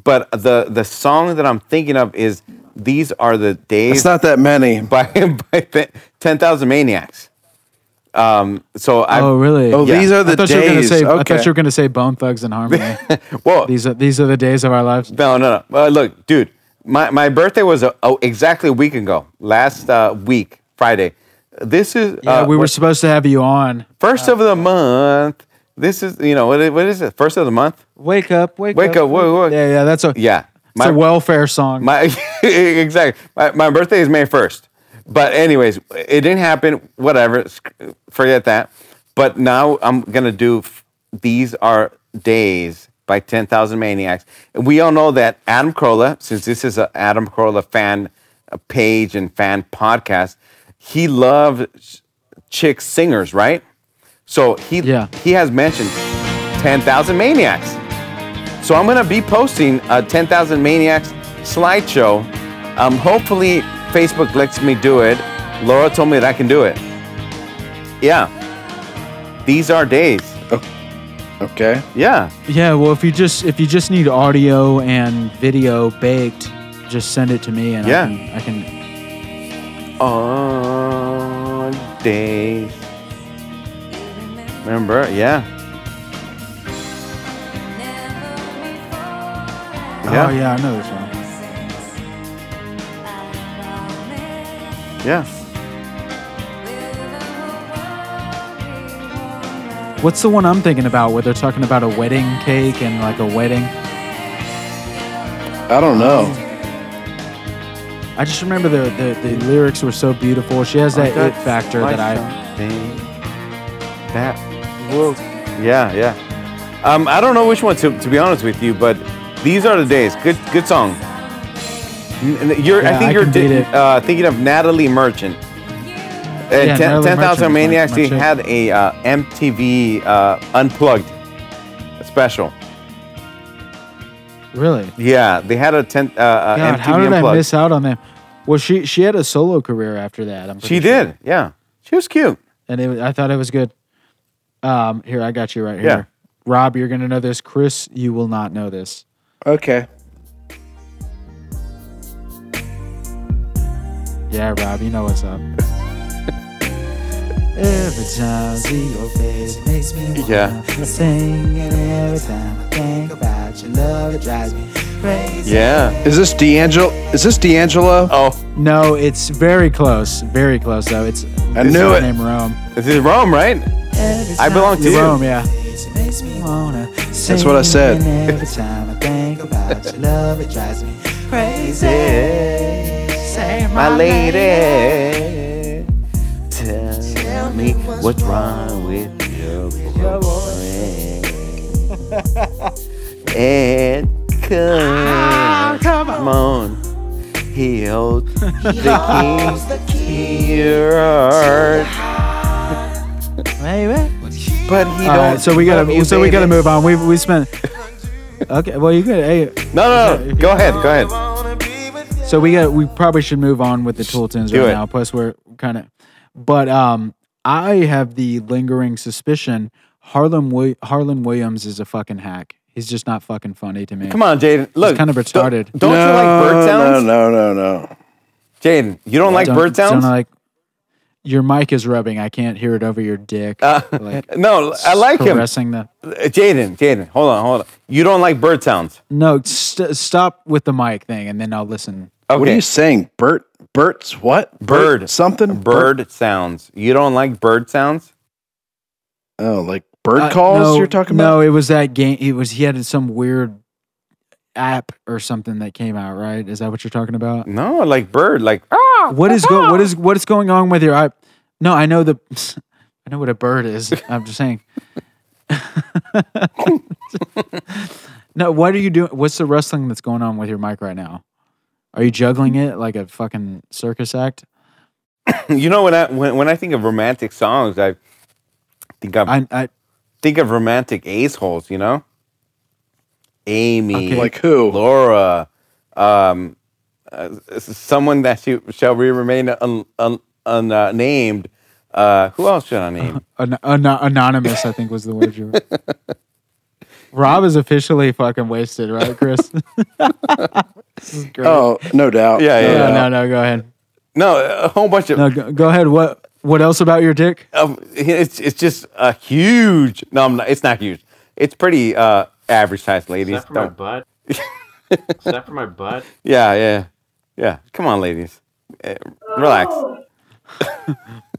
But the the song that I'm thinking of is "These Are the Days."
It's not that
*laughs*
many.
by by Ten Thousand Maniacs. Um. So I.
oh, really?
Oh,
Yeah.
these are
I
the
thought, you were gonna
days.
say, I
okay.
thought you were going to say Bone Thugs and
*laughs*
Harmony.
Well,
these, are, these are the days of our lives.
No, no, no. Well, look, dude, my, my birthday was uh oh, exactly a week ago, last uh, week, Friday. This is
Yeah,
uh,
we were
what-
supposed to have you on.
first of the month. This is you know what, i- what is it? First of the month.
Wake up, wake,
Wake up, wake- wake-
Yeah, yeah, that's a
Yeah,
It's a welfare song.
*laughs* my exactly. My, my birthday is May first, but anyways, it didn't happen. Whatever, sc- forget that. But now I'm gonna do. f- These are days by Ten Thousand Maniacs. And we all know that Adam Carolla, since this is an Adam Carolla fan uh, page and fan podcast, he loved sh- chick singers, right? So he
Yeah.
he has mentioned Ten Thousand Maniacs. So I'm gonna be posting a 10,000 Maniacs slideshow. Um, hopefully Facebook lets me do it. Laura told me that I can do it. Yeah. These are days.
Okay.
Yeah.
yeah, well, if you just if you just need audio and video baked, just send it to me and
Yeah.
I can. I can
On days. Remember? Yeah.
Oh
Yeah.
yeah, I know this one.
Yeah.
What's the one I'm thinking about where they're talking about a wedding cake and like a wedding?
I don't know.
I just remember the the, the lyrics were so beautiful. She has that it factor that I.
something that will yeah yeah um i don't know which one to, to be honest with you but these are the days good good song N- n- you're i
Yeah,
think
I
you're
can beat
di-
it.
uh, thinking of natalie merchant Uh, and
Yeah,
10
Natalie
10000
Merchant is my-
maniacs
my
they
chick.
had a uh, mtv uh, unplugged special
Really?
yeah they had a 10 uh, uh,
God,
mtv
how did
unplugged
I miss out on them? Well, she she had a solo career after that. I'm
she
pretty sure.
did yeah she was cute
and it, was- I thought it was good. Um, here I got you right here.
Yeah.
Rob, you're gonna know this. Chris, you will not know this.
Okay.
Yeah, Rob, you know
*laughs*
what's up. every time I see your face makes me wanna
Yeah.
sing, and every time I think about your love, it drives me crazy.
yeah
Is this D'Angelo? Is this D'Angelo?
oh
No, it's very close. Very close though. It's I
knew it.
Name Rome.
this is rome right i belong to you
Rome, yeah. That's
That's what I said.
Every time I think about your love, it drives me crazy. Say
My lady, tell me what's wrong with your boyfriend. And Ah, come, on, *laughs* he holds the key to your heart,
Baby.
but he
All
don't.
right, so we gotta
love you,
so we gotta
baby.
move on. We we spent. Okay, well you could. Hey,
No, no, no. Go ahead, go ahead.
so we got we probably should move on with the tool tins
Do
right
it.
now. Plus we're kind of, but um, I have the lingering suspicion Harlan Wi- Harlan Williams is a fucking hack. He's just not fucking funny to me.
Come on, Jaden. Look,
kind of retarded.
Don't, don't you like bird sounds,
No, no, no, no.
Jaden? You don't like
Don't-
bird sounds?
Don't like. Your mic is rubbing. I can't hear it over your dick. like,
no, Uh, *laughs* I like him.
caressing the.
Uh, Jaden, Jaden, hold on, hold on. You don't like bird sounds.
No, st- stop with the mic thing, and then I'll listen.
Okay.
What are you saying? Bert Bert's what?
bird,
something?
Bird sounds. You don't like bird sounds?
Oh, like bird
Uh,
calls
no,
you're talking
No,
about?
it was that game. It was he had some weird app or something that came out. Right? Is that what you're talking about?
No, like bird, like *clears throat* ah.
What is go? What is what is going on with your? I no, I know the. I know what a bird is. I'm just saying. *laughs* no, what are you doing? What's the wrestling that's going on with your mic right now? Are you juggling it like a fucking circus act?
You know when I when, when I think of romantic songs, I think of, I
I, I
think of romantic ace holes. You know, Amy,
Okay.
Like who?
Laura, um, uh, s- someone that she, shall we remain unnamed. Un, un, uh, named.
*laughs*
uh, who else should I name?
an, an, anonymous, I think was the word you. were- Rob is officially fucking wasted, right, Chris?
Oh, no doubt.
Yeah, yeah,
no
no,
doubt.
no, no. Go ahead.
No, a whole bunch of
No, go, go ahead. What what else about your dick?
um, it's it's just a huge. No, I'm not, it's not huge. It's pretty uh, average size, ladies.
Except for my
Don't-
butt. Except for my butt.
yeah, yeah, yeah. Come on, ladies, Eh, relax.
Oh.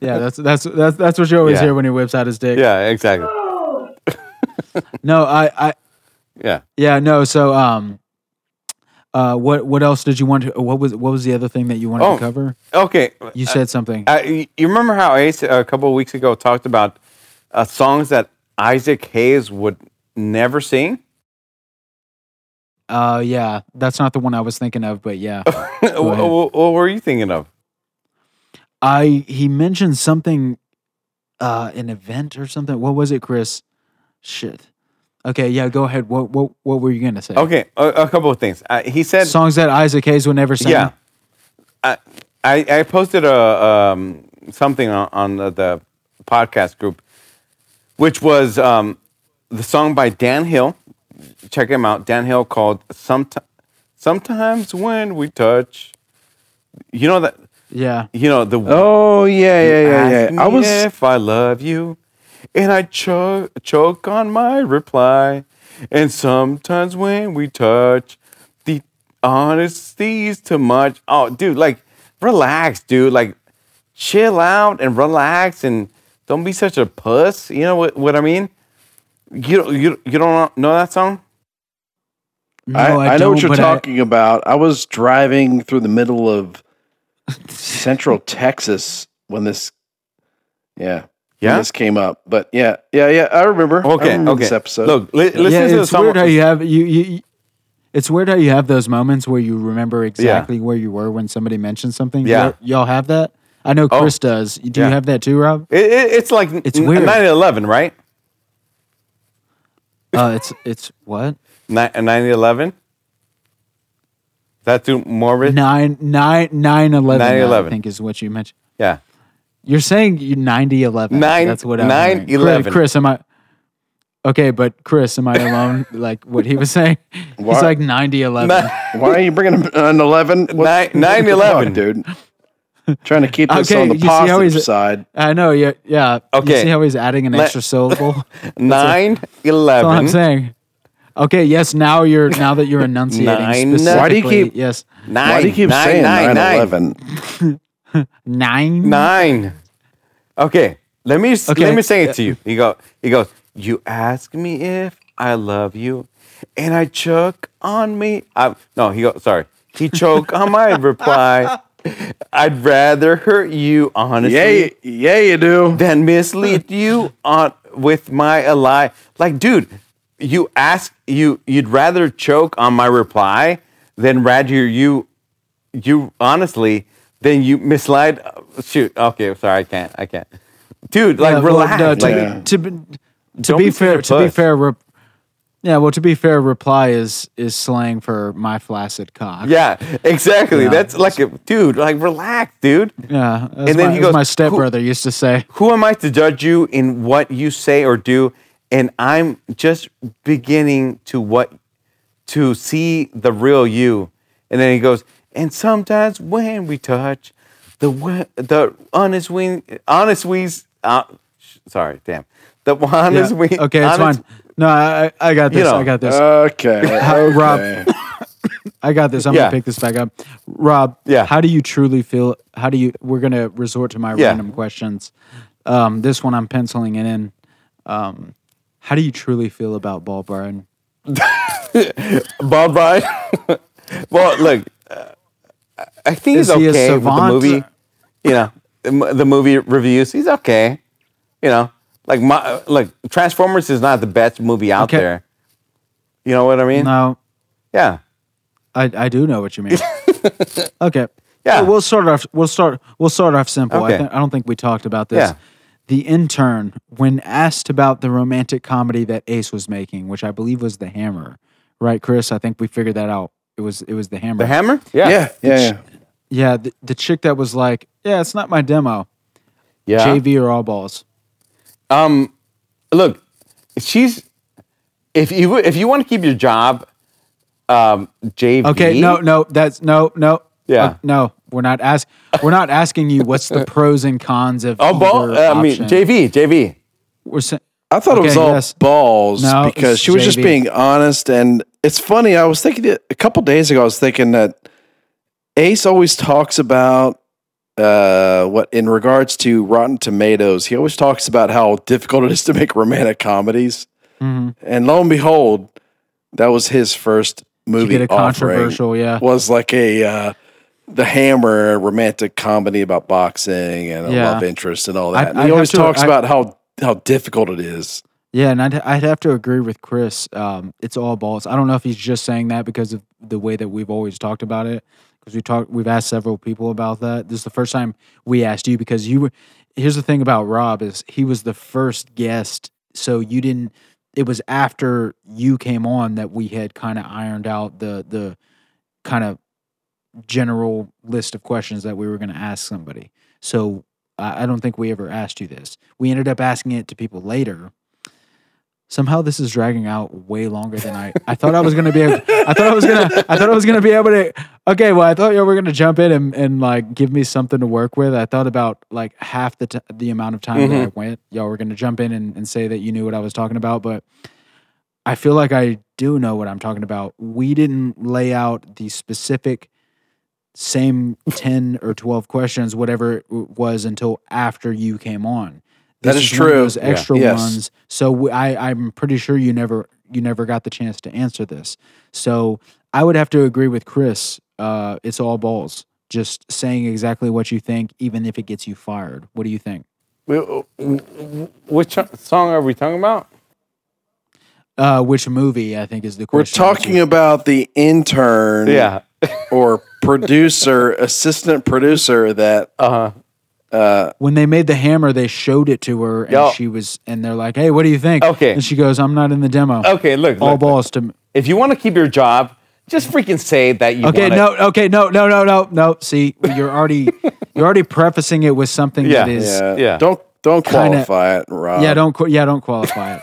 Yeah, that's that's that's that's what you always
Yeah.
hear when he whips out his dick.
Yeah, exactly.
No, I, I
Yeah.
yeah, no. So um, uh, what what else did you want to? What was what was the other thing that you wanted
Oh.
to cover?
Okay.
You said something.
Uh, you you remember how Ace a couple of weeks ago talked about uh, songs that Isaac Hayes would never sing? *laughs*
Uh, yeah, that's not the one I was thinking of, but yeah,
what,
ahead.
what, what were you thinking of?
I he mentioned something, uh, an event or something. What was it, Chris? Shit. Okay, yeah, go ahead. What what what were you gonna say?
Okay, a, a couple of things. Uh, he said,
songs that Isaac Hayes would never sing.
yeah. I, I I posted a um, something on, on the, the podcast group, which was um, the song by Dan Hill. Check him out, Dan Hill, called "Somet- "Sometimes When We Touch." You know that
yeah.
you know the
Oh yeah, yeah, yeah,
Ask
yeah. I
me
was
if I love you, and I choke choke on my reply. And sometimes when we touch, the honesty's too much. Oh, dude, like relax, dude. Like chill out and relax, and don't be such a puss. You know what, what I mean? You you you don't know that song?
No,
I, I, know
don't,
what you're
but I-
talking about. I was driving through the middle of central Texas when this, yeah, when
Yeah?
this came up. But yeah, yeah, yeah. I remember. I
Okay,
remember
okay.
This episode.
Look, li- listen
yeah,
to the
it's
song.
weird how you have you, you. you- It's weird how you have those moments where you remember exactly where you were when somebody mentioned something.
Yeah. Oh.
Y'all- y'all have that. I know Chris does. Do
yeah.
you have that too,
*laughs*
Rob?
It- it- it's like
It's
n-
weird.
9/11, right?
Uh, it's it's what
Ni- 9/11. That too morbid.
nine nine nine eleven.
9/11.
I think is what you mentioned.
Yeah.
You're saying you ninety eleven.
Nine-
That's what I'm hearing.
nine
Chris-
eleven.
Chris, am I? Okay, but Chris, am I
*laughs*
alone? like what he was saying?
What?
He's like ninety eleven.
why are you bringing an eleven?
Nine-
*laughs*
nine eleven.
dude. Trying to keep this
Okay,
on the
you see how
positive
he's-
side.
I know. Yeah. Yeah.
Okay.
You see how he's adding an
Let-
extra
*laughs*
syllable.
Nine
That's all I'm
eleven.
saying. Okay, yes, now you're now that you're enunciating
*laughs* Nine.
specifically,
Why do you keep-
yes.
Nine.
Why do you keep
nine,
saying
nine,
nine
nine,
eleven?
Nine.
Nine. Okay. Let me s
Okay.
let me sing it to you. He go he goes, You ask me if I love you, and I choke on me. I, no, he go sorry. He choke on my
*laughs*
reply. I'd rather hurt you honestly
Yeah, you- yeah, you do.
than mislead you on with my a lie. Like, dude, you ask you you'd rather choke on my reply than rather you you honestly than you mislead. Shoot, okay, sorry, I can't, I can't. Dude, like
Yeah, Uh, well,
relax.
no, to,
like,
be- to be, to
Don't
be
be
fair,
such a
to be
puss.
fair, re- yeah. Well, to be fair, reply is is slang for my flaccid cock.
yeah, exactly. That's like, a, dude, like relax, dude.
yeah. As
And then
my,
he
as
goes,
my
"Who-
stepbrother used to say.
Who am I to judge you in what you say or do? And I'm just beginning to what to see the real you. And then he goes, and sometimes when we touch, the we- the honest we honest we's uh, sh- sorry, damn. The honest
Yeah,
we
okay, it's
honest-
fine. No, I I I got
You
this.
know,
I got this.
*laughs*
Okay,
Uh, Rob,
okay.
I got this. I'm
Yeah.
gonna pick this back up. Rob,
Yeah.
how do you truly feel? How do you? We're gonna resort to my
Yeah.
random questions. Um, this one I'm penciling it in. Um, how do you truly feel about Ball Byron?
Bob Ryan. *laughs* well, look, uh, I think
Is
he's
he a
okay with the
savant?
movie. You know, the mo- the movie reviews. He's okay. You know, like my like Transformers is not the best movie out
Okay.
there. You know what I mean?
No,
Yeah.
I, I do know what you
*laughs*
mean. okay.
Yeah.
We'll start off. We'll start. We'll start off simple.
Okay.
I, th- I don't think we talked about this.
Yeah.
The intern, when asked about the romantic comedy that Ace was making, which I believe was The Hammer, right, Chris? I think we figured that out. It was it was The Hammer.
The Hammer? Yeah.
yeah, yeah, yeah.
Yeah, the, the chick that was like, "Yeah, it's not my demo."
Yeah.
JV or all balls.
Um, look, she's If you if you want to keep your job, um, JV.
Okay, no, no, that's no, no.
Yeah.
Uh, no, we're not ask. We're not asking you what's
*laughs*
the pros and cons of.
Oh, ball.
either
Uh, I mean,
option.
JV, JV.
We're sa-
I thought it was
Okay,
all
yes.
balls
No,
because
it's
she was just
JV.
being honest. And it's funny. I was thinking it- a couple days ago. I was thinking that Ace always talks about uh, what in regards to Rotten Tomatoes. He always talks about how difficult it is to make romantic comedies.
mhm.
And lo and behold, that was his first
You
movie.
get a
offering,
controversial, yeah.
Was like a uh, the Hammer romantic comedy about boxing and a
Yeah.
love interest and all
I-
that. and
I'd
he
have
always
to-
talks
I-
about how how difficult it is.
Yeah, and I'd, I'd have to agree with Chris. Um, it's all balls. I don't know if he's just saying that because of the way that we've always talked about it. Because we talked, we've asked several people about that. This is the first time we asked you because you were. Here's the thing about Rob is he was the first guest, so you didn't. It was after you came on that we had kind of ironed out the the kind of general list of questions that we were going to ask somebody. So I, I don't think we ever asked you this. We ended up asking it to people later. Somehow this is dragging out way longer than I. I thought I was gonna be. Able, I thought I was gonna. I thought I was gonna be able to. Okay, well, I thought you were gonna jump in and, and like give me something to work with. I thought about like half the t- the amount of time that I went. Y'all were gonna jump in and, and say that you knew what I was talking about, but I feel like I do know what I'm talking about. We didn't lay out the specific same 10 or 12 questions, whatever it w- was, until after you came on.
That
This
is
one of
true.
Those
Yeah.
extra
Yes.
ones. So we, I, I'm pretty sure you never you never got the chance to answer this. So I would have to agree with Chris. Uh, it's all balls. Just saying exactly what you think, even if it gets you fired. What do you think?
Wh- wh- Which song are we talking about?
Uh, which movie I think is the
We're
question.
talking about the intern or producer, assistant producer that
Uh huh.
when they made the hammer, they showed it to her, and
Yo.
she was, and they're like, "Hey, what do you think?"
Okay.
and she goes, "I'm not in the demo."
Okay, look.
all
look,
balls to. me.
If you want to keep your job, just freaking say that you.
Okay,
wanna-
no, okay, no, no, no, no, no. See, you're
*laughs*
already, you're already prefacing it with something that
Yeah.
is, yeah,
yeah,
Yeah.
don't don't
Kinda-
qualify it, Rob.
don't, qu- yeah, don't qualify it.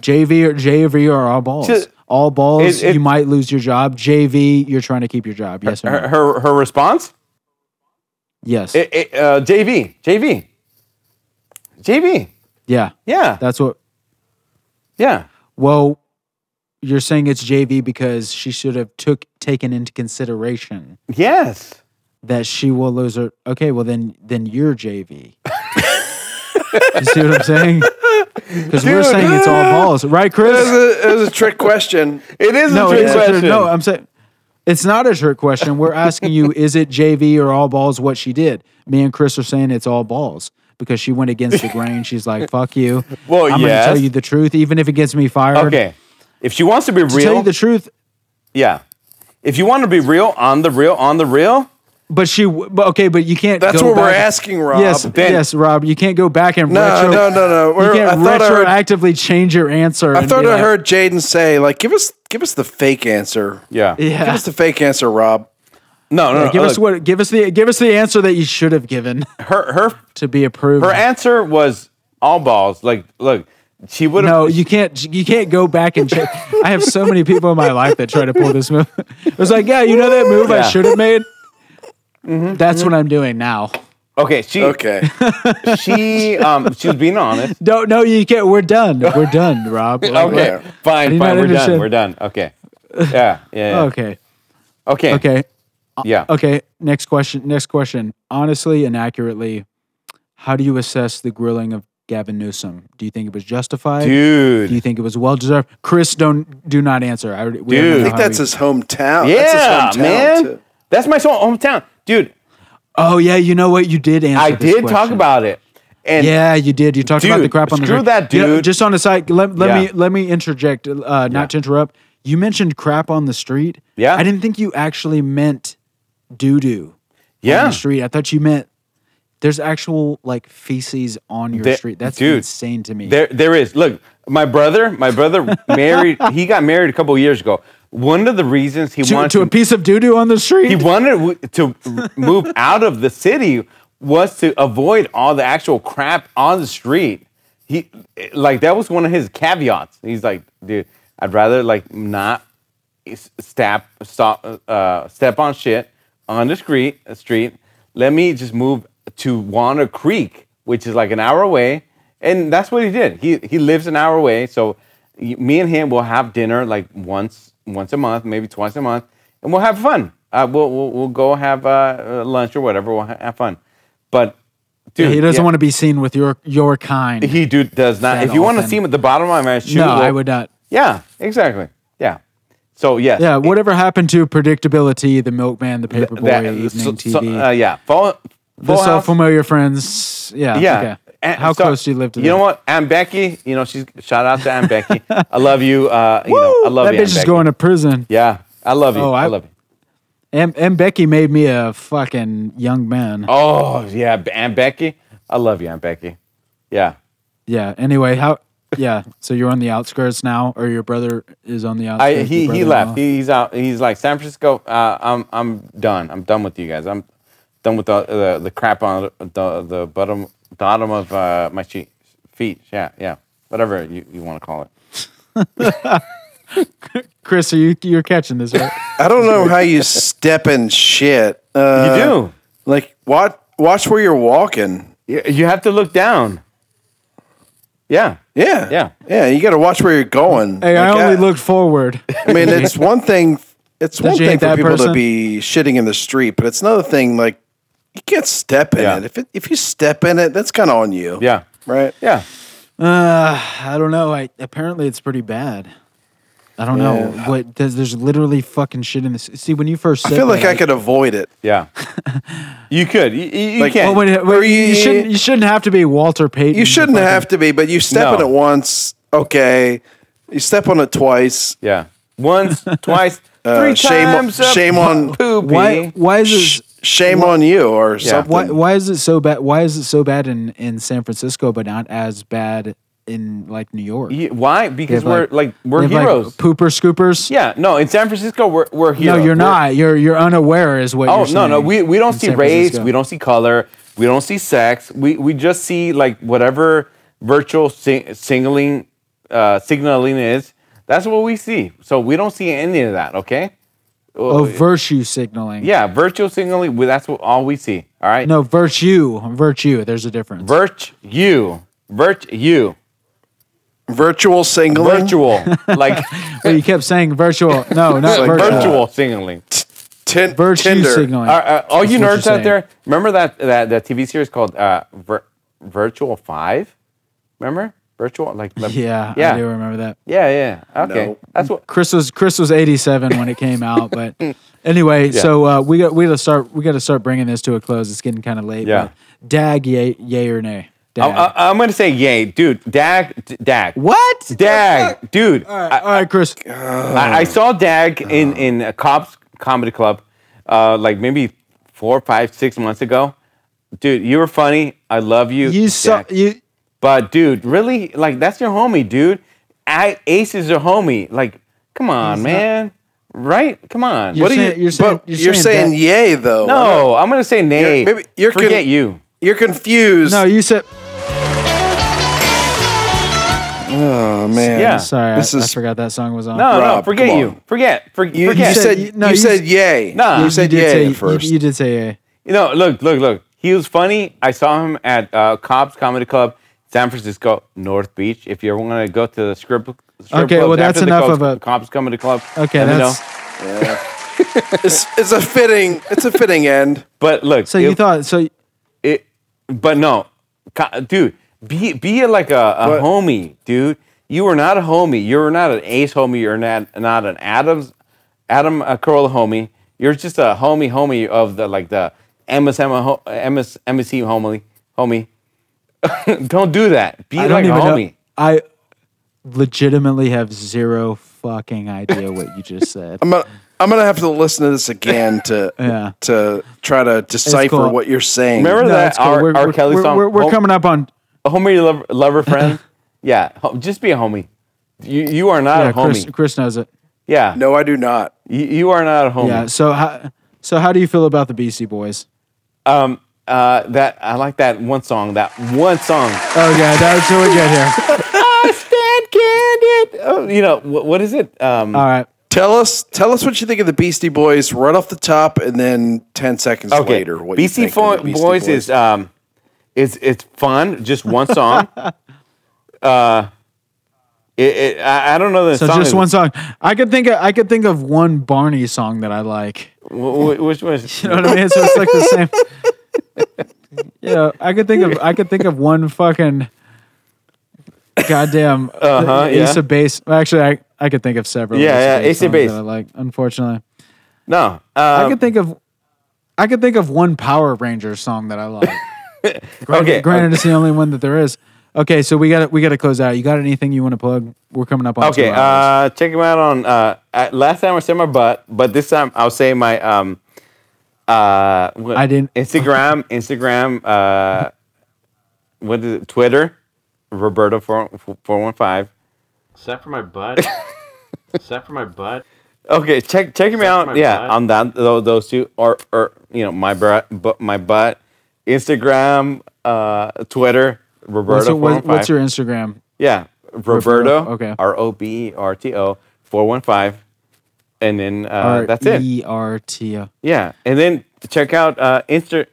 *laughs*
JV or JV or all balls.
Just-
all balls,
it- it-
you might lose your job. JV, you're trying to keep your job. Yes or
Her
no?
her, her response.
Yes.
It, it, uh, JV, JV, JV.
yeah.
Yeah,
That's what.
yeah.
Well, you're saying it's JV because she should have took taken into consideration
Yes.
that she will lose her. Okay, well then, then you're JV. you see what I'm saying? Because we're
Dude.
saying it's all balls, right,
It
Chris?
was a, it was a trick question.
It is
No,
a trick
it's a
question.
trick- no, I'm saying it's not a trick question. We're asking you, is it JV or all balls? What she did? Me and Chris are saying it's all balls because she went against the grain. She's like, "Fuck you."
Well,
I'm
yes.
gonna tell you the truth, even if it gets me fired.
okay. If she wants to be
To tell
real,
you the truth,
yeah. If you want to be real, on the real, on the real,
But she, w- but okay, but you can't.
That's
go
what we're
back-
asking, Rob.
Yes,
Then-
yes, Rob. You can't go back and
No,
retro.
no, no, no.
You
We're-
can't
I thought I heard-
retroactively change your answer.
I
and
thought
be
I
like-
heard Jaden say, like, give us give us the fake answer.
yeah.
Give
Yeah.
us the fake answer, Rob.
No, no. no
Give us
look,
what? Give us the give us the answer that you should have given *laughs*
her her
to be approved.
her answer was all balls. Like, look, she would have.
no, you can't. You can't go back and check. I have so many people in my life that try to pull this move. *laughs* It was like, yeah, you know that move I
Yeah.
should have made.
Mm-hmm,
That's what I'm doing now.
Okay, she
Okay.
she um she was being honest.
No, no, you can't. We're done. We're done,
*laughs*
Rob.
Okay,
Yeah.
fine,
did
fine.
not
We're done.
understand.
We're done. Okay. Yeah. Yeah. yeah.
Okay.
Okay.
Oh, Okay.
Yeah.
Okay, next question. Next question. Honestly and accurately, how do you assess the grilling of Gavin Newsom? Do you think it was justified? Do you
Dude.
think it was well deserved? Chris, don't do not answer. I, already- we already know
Dude.
I think
how
that's
we-
his hometown.
Yeah,
that's his hometown
man.
too.
That's my so- hometown, dude.
oh yeah. You know what? You did answer.
I
this
did talk
question.
about it, and
Yeah, you did. You talked about the
Dude,
crap on the
screw
ground.
that,
You know,
dude.
just on a side, let, let
Yeah.
me let me interject. Uh, not to interrupt. You mentioned crap on the street.
Yeah.
I didn't think you actually meant doo doo. on
yeah,
the street. I thought you meant there's actual like feces on your
There-
street. That's
dude,
insane to me.
there there is. Look, my brother, my brother *laughs* married. He got married a couple years ago. One of the reasons he
to,
wanted
to a piece of doo doo on the street.
he wanted w- to move out of the city was to avoid all the actual crap on the street. He like that was one of his caveats. He's like, dude, I'd rather like not s- stab, stop, uh, step on shit on the street. Street. Let me just move to Wanner Creek, which is like an hour away, and that's what he did. He he lives an hour away, so y- me and him will have dinner like once once a month, maybe twice a month, and we'll have fun. Uh, we'll, we'll we'll go have uh, uh, lunch or whatever. We'll ha- have fun, but. Dude,
he doesn't
yeah.
want to be seen with your your kind.
He do, does not.
That
If you want to
often.
see him at the bottom of my shoe,
no,
well,
I would not.
Yeah, exactly. Yeah. So yes.
Yeah, whatever happened to predictability, the Milkman, the Paperboy,
that-
evening
so-
TV,
so, uh, yeah. Full,
the
full
so
house.
familiar friends. Yeah,
yeah.
okay.
And-
How
so-
close do you live to?
You know
them?
what? Aunt Becky. You know she's shout out to Aunt Becky. I love you. Uh, you know I love
that
you. Aunt
bitch is
Becky.
going to prison.
Yeah, I love you.
Oh,
I,
I-
love you.
And, and Becky made me a fucking young man.
Oh yeah, Aunt Becky. I love you, Aunt Becky. Yeah.
Yeah. Anyway, how? Yeah. So you're on the outskirts now, or your brother is on the
I
outskirts. your
he he
brother-in-law?
left. He, he's out. He's like San Francisco. Uh, I'm I'm done. I'm done with you guys. I'm done with the the, the crap on the the bottom bottom of uh, my che- feet. Yeah, yeah. Whatever you, you want to call it.
Chris, are you you're catching this right?
I don't know how you step in shit. Uh,
You do.
Like watch watch where you're walking.
You, you have to look down. Yeah.
Yeah,
Yeah.
yeah. You got to watch where you're going.
hey, I
Like,
only looked forward.
I mean, it's one thing. It's one
you
thing
hate
for
that
people to
person?
be shitting in the street, but it's another thing. Like you can't step in
Yeah.
it. If it, if you step in it, that's kind of on you.
Yeah.
Right.
Yeah.
Uh, I don't know. I apparently it's pretty bad. I don't know what. There's, there's literally fucking shit in this. See, when you first,
I
said
feel like
that,
I could avoid it.
Yeah. you could. You, you, you
Like,
can.
Well, when, when
Or
you,
you-
shouldn't. You shouldn't have to be Walter Payton.
You shouldn't
to fucking-
have to be, but you step
No.
on it once. Okay. You step on it twice.
yeah.
*laughs*
Once, twice,
Uh,
three
shame on-
times. a
shame on-
*laughs* poopy.
Why? Why is this?
Sh- shame on you or something.
Why, why is it so bad? Why is it so bad in, in San Francisco, but not as bad in like New York?
You- Why?
They
Because
have,
we're like, we're
they have, like,
heroes.
pooper scoopers.
Yeah, no, in San Francisco we're we're
No,
heroes.
you're
We're-
not. You're you're unaware is what.
Oh
you're
no, no,
saying
we we don't
in
see
San
race,
Francisco.
we don't see color, we don't see sex. We we just see like whatever virtual sing- singling uh, signaling is. That's what we see. So we don't see any of that. Okay.
Oh, virtue signaling.
Yeah, virtual signaling. we- That's what, all we see. All right.
No, virtue, virtue. There's a difference.
Virt you. Virt you.
Virtual
*laughs*
singling.
Virtual. like
Well, you kept saying virtual.
*laughs*
No, not virtual. *laughs*
virtual signaling.
Tin-
Virtue
Tinder.
signaling.
All, right, uh, all you
That's what
nerds
you're
out there, remember that that, that TV series called uh, Vir- Virtual Five? Remember Virtual like the-
Yeah,
yeah,
I do remember that.
yeah, yeah. Okay,
No.
that's what.
Chris was Chris was 87 when it came out,
*laughs*
but anyway, so uh, we got we got to start we got to start bringing this to a close. It's getting kind of late.
Yeah. Oh, uh,
but Dag, yay, yay or nay? Dag.
I, I, am gonna say yay, dude. Dag, d- Dag.
what?
Dag, dude.
All right, Oh. all right, Chris.
I, I saw Dag in in a cops comedy club, uh, like maybe four, five, six months ago. Dude, you were funny. I love you.
You saw
Dag.
you.
But dude, really, like that's your homie, dude. I, Ace is your homie. Like, come on, man. right? Come on.
You're
What do you?
saying, you're saying,
But you're, saying,
Dag.
yay though.
No, I'm gonna say nay.
You're- maybe- you're
forget
con-
you.
You're confused.
No, you said.
oh man.
Yeah.
Sorry,
This
I, I
is-
forgot that song was on.
No, no,
Rob,
forget
come
you.
on.
Forget. For,
You, you
forget.
said
You-
you,
no, you
said
s-
yay.
Nah.
you
You
said
did
yay
say-
at
you-
first.
You, did say yay.
You know, look, look, look. He was funny. I saw him at uh, Cobb's Comedy Club, San Francisco, North Beach. If you ever want to go to the script, strip
Okay, well,
clubs
that's
after the
enough
Cobb's-
of a-
Cobb's Comedy Club.
Okay,
let me
that's.
know.
it's, it's a fitting. It's a fitting end.
But look,
So you
if-
thought so?
it, but no, co- dude, be be like a, a homie, dude. You are not a homie. You're not an Ace homie. You're not not an Adams Adam uh, Carolla homie. You're just a homie homie of the like the MSM ho- MS, MSC homie homie. *laughs* don't do that. Be
I don't
like a
even
homie.
know. I legitimately have zero fucking idea what you just said.
I'm gonna, I'm gonna have to listen to this again to
*laughs* Yeah.
to try to decipher
cool.
what you're saying.
*laughs* Remember
No,
that
it's cool.
R,
We're-
R.
we're-
Kelly
we're-
song?
We're, we're
Hom-
coming up on
homie lover, lover friend.
*laughs*
yeah, ho- just be a homie. You you are not
yeah,
a homie.
Chris, Chris knows it.
yeah,
No, I do not.
you, you are not a homie.
Yeah. So how so how do you feel about the BC Boys?
Um, uh, that I like that one song. That one song. *laughs*
Oh yeah, that's what we get here.
I stand candy. What? Oh, you know what, what is it? Um,
All right.
Tell us, tell us what you think of the Beastie Boys right off the top, and then ten seconds
okay.
later, what you
BC
think of
Fo-
the
Boys, is um, is it's fun. Just one song. uh, it, it, I, I don't know the
So
song.
just
is-
one song. I could think of I could think of one Barney song that I like.
wh- wh- Which one?
*laughs*
Is,
You know what I mean? So it's like the same. *laughs* you know, I could think of I could think of one fucking goddamn
Uh-huh,
Ace
yeah.
of Base. Actually, I I could think of several.
Yeah, yeah,
Ace of Base songs
Ace of Base.
that I like. Unfortunately,
no,
I
um,
could think of I could think of one Power Rangers song that I like. Granted,
*laughs* Okay,
granted it's the only one that there is. Okay, so we got to we got to close out. You got anything you want to plug? We're coming up on two
Okay,
hours.
uh, check him out on. Uh, uh, last time I said my butt, but this time I'll say my. Um, uh, what-
I didn't-
Instagram, Instagram. Uh, what is it? Twitter, Roberto four four one five.
Except for my butt. Except for my butt.
Okay, check check him out.
my
Yeah,
butt.
on that those, those two or or you know my butt, my butt, Instagram, uh, Twitter,
what's,
Roberto
your-
four one
what- what's
five.
your Instagram?
Yeah, Roberto.
okay.
R O B E R T O four one five, and then uh, that's it.
E R T O.
Yeah, and then check out uh, Insta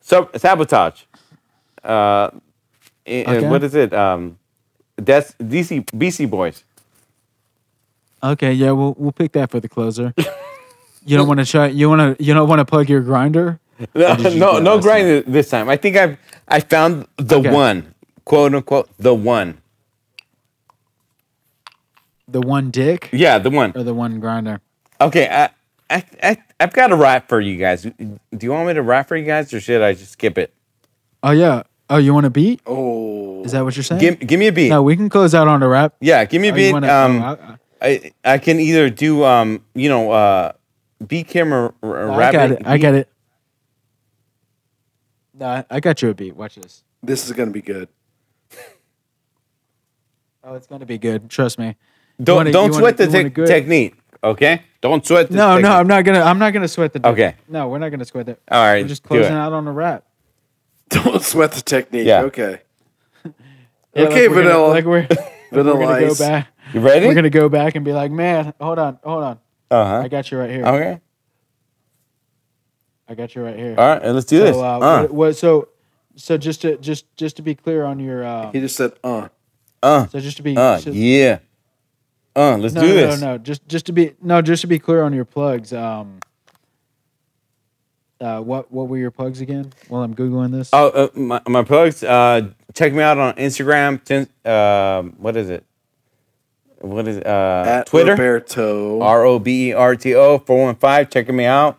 sub- sabotage. Uh, and- and
Okay.
what is it? Um, that's DC BC Boys.
Okay, yeah, we'll we'll pick that for the
*laughs*
closer. you don't want to try. You want to you don't want to plug your grinder.
No,
did you
no,
do
no
last
grind this time. I think I've I found the
Okay.
one, quote unquote, the one.
The one dick
Yeah, the one.
or the one grinder.
Okay, I, I, I I've got a rap for you guys. Do you want me to rap for you guys, or should I just skip it?
Oh yeah. Oh, you want to beat? Oh, is that what you're saying?
Give Give me a beat.
no, we can close out on a rap.
Yeah, give me a
Oh, you
beat.
wanna-
um,
oh, I-
I I can either do um you know uh beat Kim or, or
Oh, I,
rap
got
it.
it. I got it. No, I- I got you a beat. Watch this.
This is going to be
*laughs*
good.
Oh, it's gonna be good. Trust me. You
Don't
wanna- you
don't
wanna-
sweat
you
the
wanna
te-
good-
technique. Okay, don't sweat. The
No,
technique.
no, I'm not gonna. I'm not gonna sweat the. dick.
Okay.
No, we're not gonna sweat that.
All right,
We're just
do
closing
it.
out on a rap.
Don't sweat the technique.
Yeah.
Okay.
Yeah,
Okay,
we're gonna-
Vanilla.
like we're, *laughs*
Vanilla
we're gonna
Ice.
go back.
You ready?
We're gonna go back and be like, man, hold on, hold on.
uh
I got you right here.
huh. Okay.
I got you right here.
All right, let's do this.
So, uh,
Uh,
What, what- so, so just to just just to be clear on your, uh,
He just said, uh.
uh,
so just to be,
uh,
so-
yeah. Uh, let's
no,
do
no,
this.
no, no, just just to be, no, just to be clear on your plugs. Um, uh, what what were your plugs again? While I'm googling this,
Oh, uh, my, my plugs. Uh, check me out on Instagram. Ten, um what is it? What is uh
At
Twitter?
Roberto.
R O B E R T O 415. Checking me out.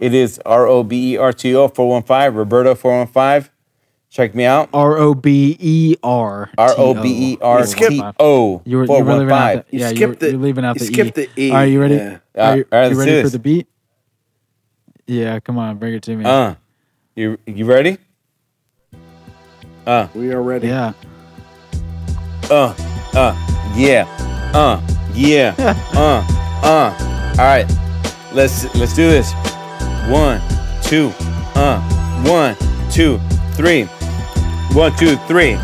It is R O B E R T O 415, Roberto 415. Check me out.
R O B E R
R O B E R T O
You were, you were leaving out
415.
the, yeah, you
skipped
were-
the-
you're leaving out
you
the
skipped
e.
the E,
All right, you ready?
yeah.
Are you,
Uh, all right,
you
let's
ready
do
for
this.
the beat? Yeah, come on, bring it to me.
Uh, you, you ready?
We are ready.
yeah.
Uh, uh, yeah. Uh, yeah. uh, uh. All right. Let's let's do this. One, two, uh, one, two, three. One, two, three.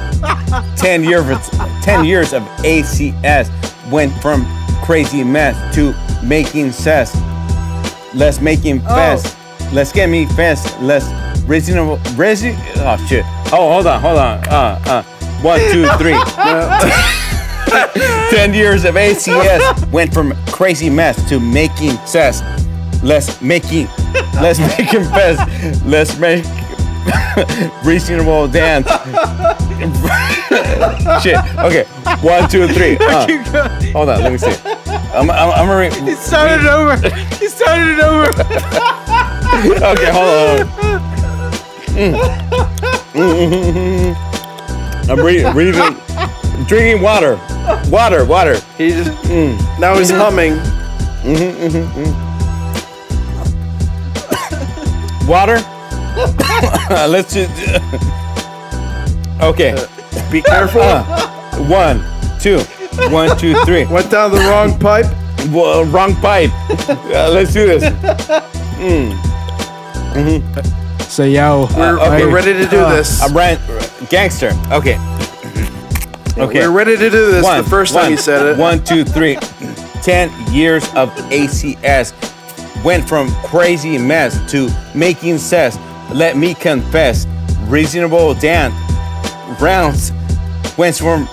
ten years ten years of ACS went from crazy mess to making cess. Let's make him fast. Let's get me fast. Let's reasonable resi oh shit. Oh hold on, hold on. Uh uh. One, two, three. *laughs* Ten years of ACS went from crazy mess to making cess. Let's make it. Let's make him fast. Let's make *laughs* reasonable dance. *laughs* Shit. Okay. One, two, three. Uh, hold on. Let me see. I'm. I'm. I'm gonna re-
started it over. *laughs* He started it over.
okay, hold on. Mm. Mm. I'm re- reading, drinking water, water, water.
He just, now he's humming.
*laughs* water. Uh, Let's just. uh, okay. Be careful. one, two, one, two, three. *laughs*
Went down the wrong
Uh,
pipe.
Well, wrong pipe. Uh, let's do *laughs* this.
So yo,
Uh,
uh,
We're,
like,
we're ready to do this.
I'm ran- gangster. Okay. Okay.
We're ready to do this.
One,
the first time
one,
you said it.
One, two, three. Ten years of ACS went from crazy mess to making sense. Let me confess, reasonable dance rounds went from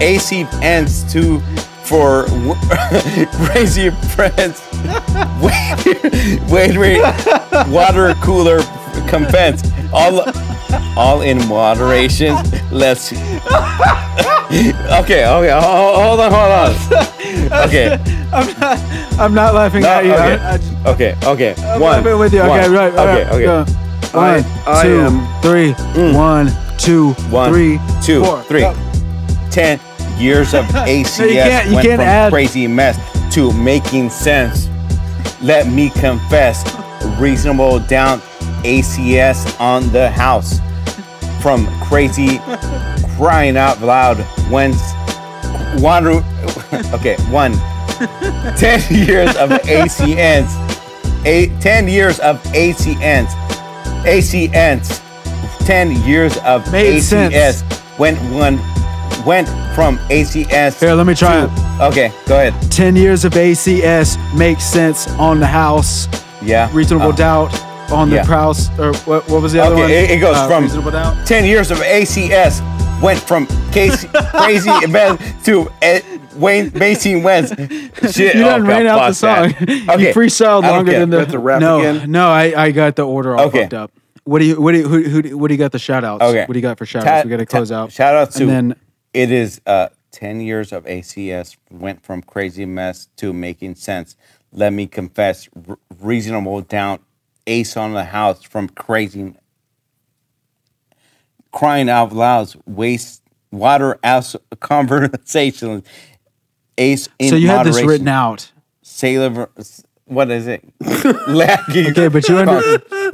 AC ends to for w- *laughs* crazy friends. *laughs* wait, wait, wait. Water cooler confess. All, all in moderation. Let's *laughs* Okay, okay, ho- ho- hold on,
*laughs*
hold on. Okay,
I'm not laughing
No,
at you.
okay.
I, I just,
okay, okay.
I'm
one.
laughing with you. Okay,
one.
right.
Okay,
right,
okay. Mm.
Go. One,
I
two,
am-
three, one, two,
One,
three,
two,
four.
three.
Go.
Ten
*laughs*
years of ACS
can't- you
went
can't
from
add-
crazy mess to making sense. Let me confess, reasonable down ACS on the house. From
*laughs*
crazy crying out loud when one ru- *laughs* okay one 10 years of acns eight, 10 years of acns acns 10 years of
Made
acs
sense.
went one went from acs
Here, let me try it.
to- okay go ahead
10 years of ACS makes sense on the house.
yeah
Reasonable
uh,
doubt on the
yeah.
Kraus. Or what, what was the other
Okay,
one? Uh,
it- it goes from-
Reasonable doubt.
10 years of ACS went from case,
*laughs*
crazy event to Ed, Wayne Macy Wentz. Shit,
You
oh,
done ran
God,
out the
pause
song. *laughs*
that.
You freestyle
I don't
longer
care.
than the.
Got the rap
no,
again?
no, I, I got the order all
Okay.
fucked up. What do you what do you, who, who, do- what do you got the shout outs?
Okay.
What do you got for shout outs?
Ta-
We got to
ta-
close out.
Shout out to
And then
it is uh, 10 years of ACS went from crazy mess to making sense. Let me confess, r- reasonable doubt, ace on the house from crazy crying out loud, waste water out conversation. Ace in
so you had this
moderation.
written out.
Sailor, ver- what
*laughs*
is it? Lagging.
Okay, but you
*laughs*
under,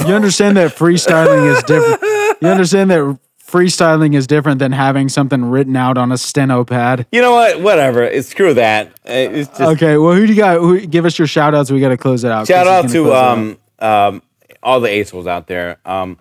you understand that freestyling is different. You understand that freestyling is different than having something written out on a steno pad.
You know what? Whatever. It's, screw that. Uh, It's just
Okay, well, who do you got? Who, give us your shout outs. We got to close it out.
Shout
Chris is
out
gonna
to
close it out.
um, um, all the ASOLs out there. Um,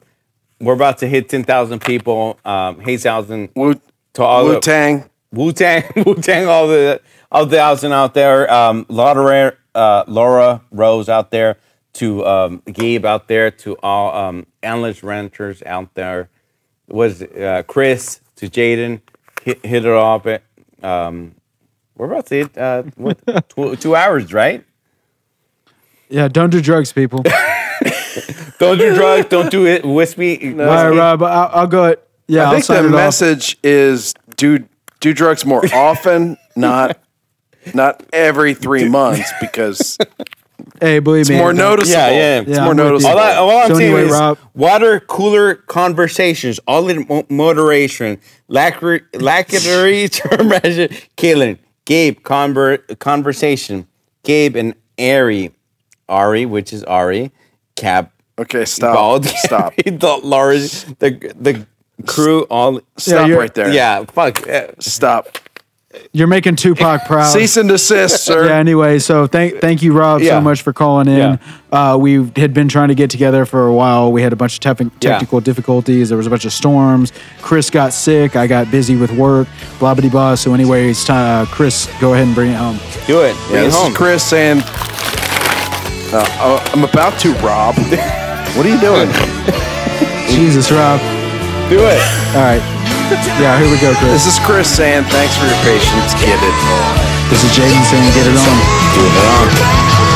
we're about to hit 10,000 people. Um, Hayshausen,
Wu
to all
Wu Tang.
Wu *laughs* Tang, Wu Tang, all the all the thousand out there. Um, Laura, uh, Laura Rose out there, to um, Gabe out there, to all um, analyst renters out there. Was uh, Chris to Jaden hit, hit it off? At, um, we're about to hit uh, what, *laughs* two, two hours, right?
yeah, don't do drugs, people. All
Don't do drugs. Don't do
*laughs*
it. Whiskey.
right,
whiskey.
Rob, I'll, I'll go. At, yeah,
I
will
think
sign
the
it off.
message is do do drugs
*laughs*
more often, not not every three months
*laughs*
because
Hey, believe me, uh,
it's more
it-
noticeable.
Yeah, yeah.
It's
Yeah,
more
I'm with you.
noticeable.
All, I, all I'm
So
saying
anyway,
is
Rob-
water cooler conversations, all in mo- moderation. Lacquer, lacquery measure. Caitlin, Gabe, conver- conversation. Gabe and Ari, Ari, which is Ari, Cab,
okay, stop.
oh, Bald, *laughs*
Stop.
the Laura, the the crew, all.
Stop
you're-
right there.
Yeah, fuck. uh,
Stop.
You're making
*laughs*
Tupac proud.
Cease and desist, sir.
Uh, *laughs* Yeah. Anyway, so thank thank you, Rob,
Yeah.
so much for calling in. Uh, we had been trying to get together for a while. We had a bunch of tef- technical difficulties. There was a bunch of storms. Chris got sick. I got busy with work. Blah blah blah. So anyway, it's time. Uh, Chris, go ahead and bring it um, home.
Do it. Bring
Yeah,
it
this
home.
is Chris saying, uh, uh, I'm about to rob. *laughs* what are you doing?
Jesus, Rob.
Do it.
All right. Yeah, here we go, Chris.
This is Chris saying, thanks for your patience. Get it.
This is Jason saying, get it on.
Do it.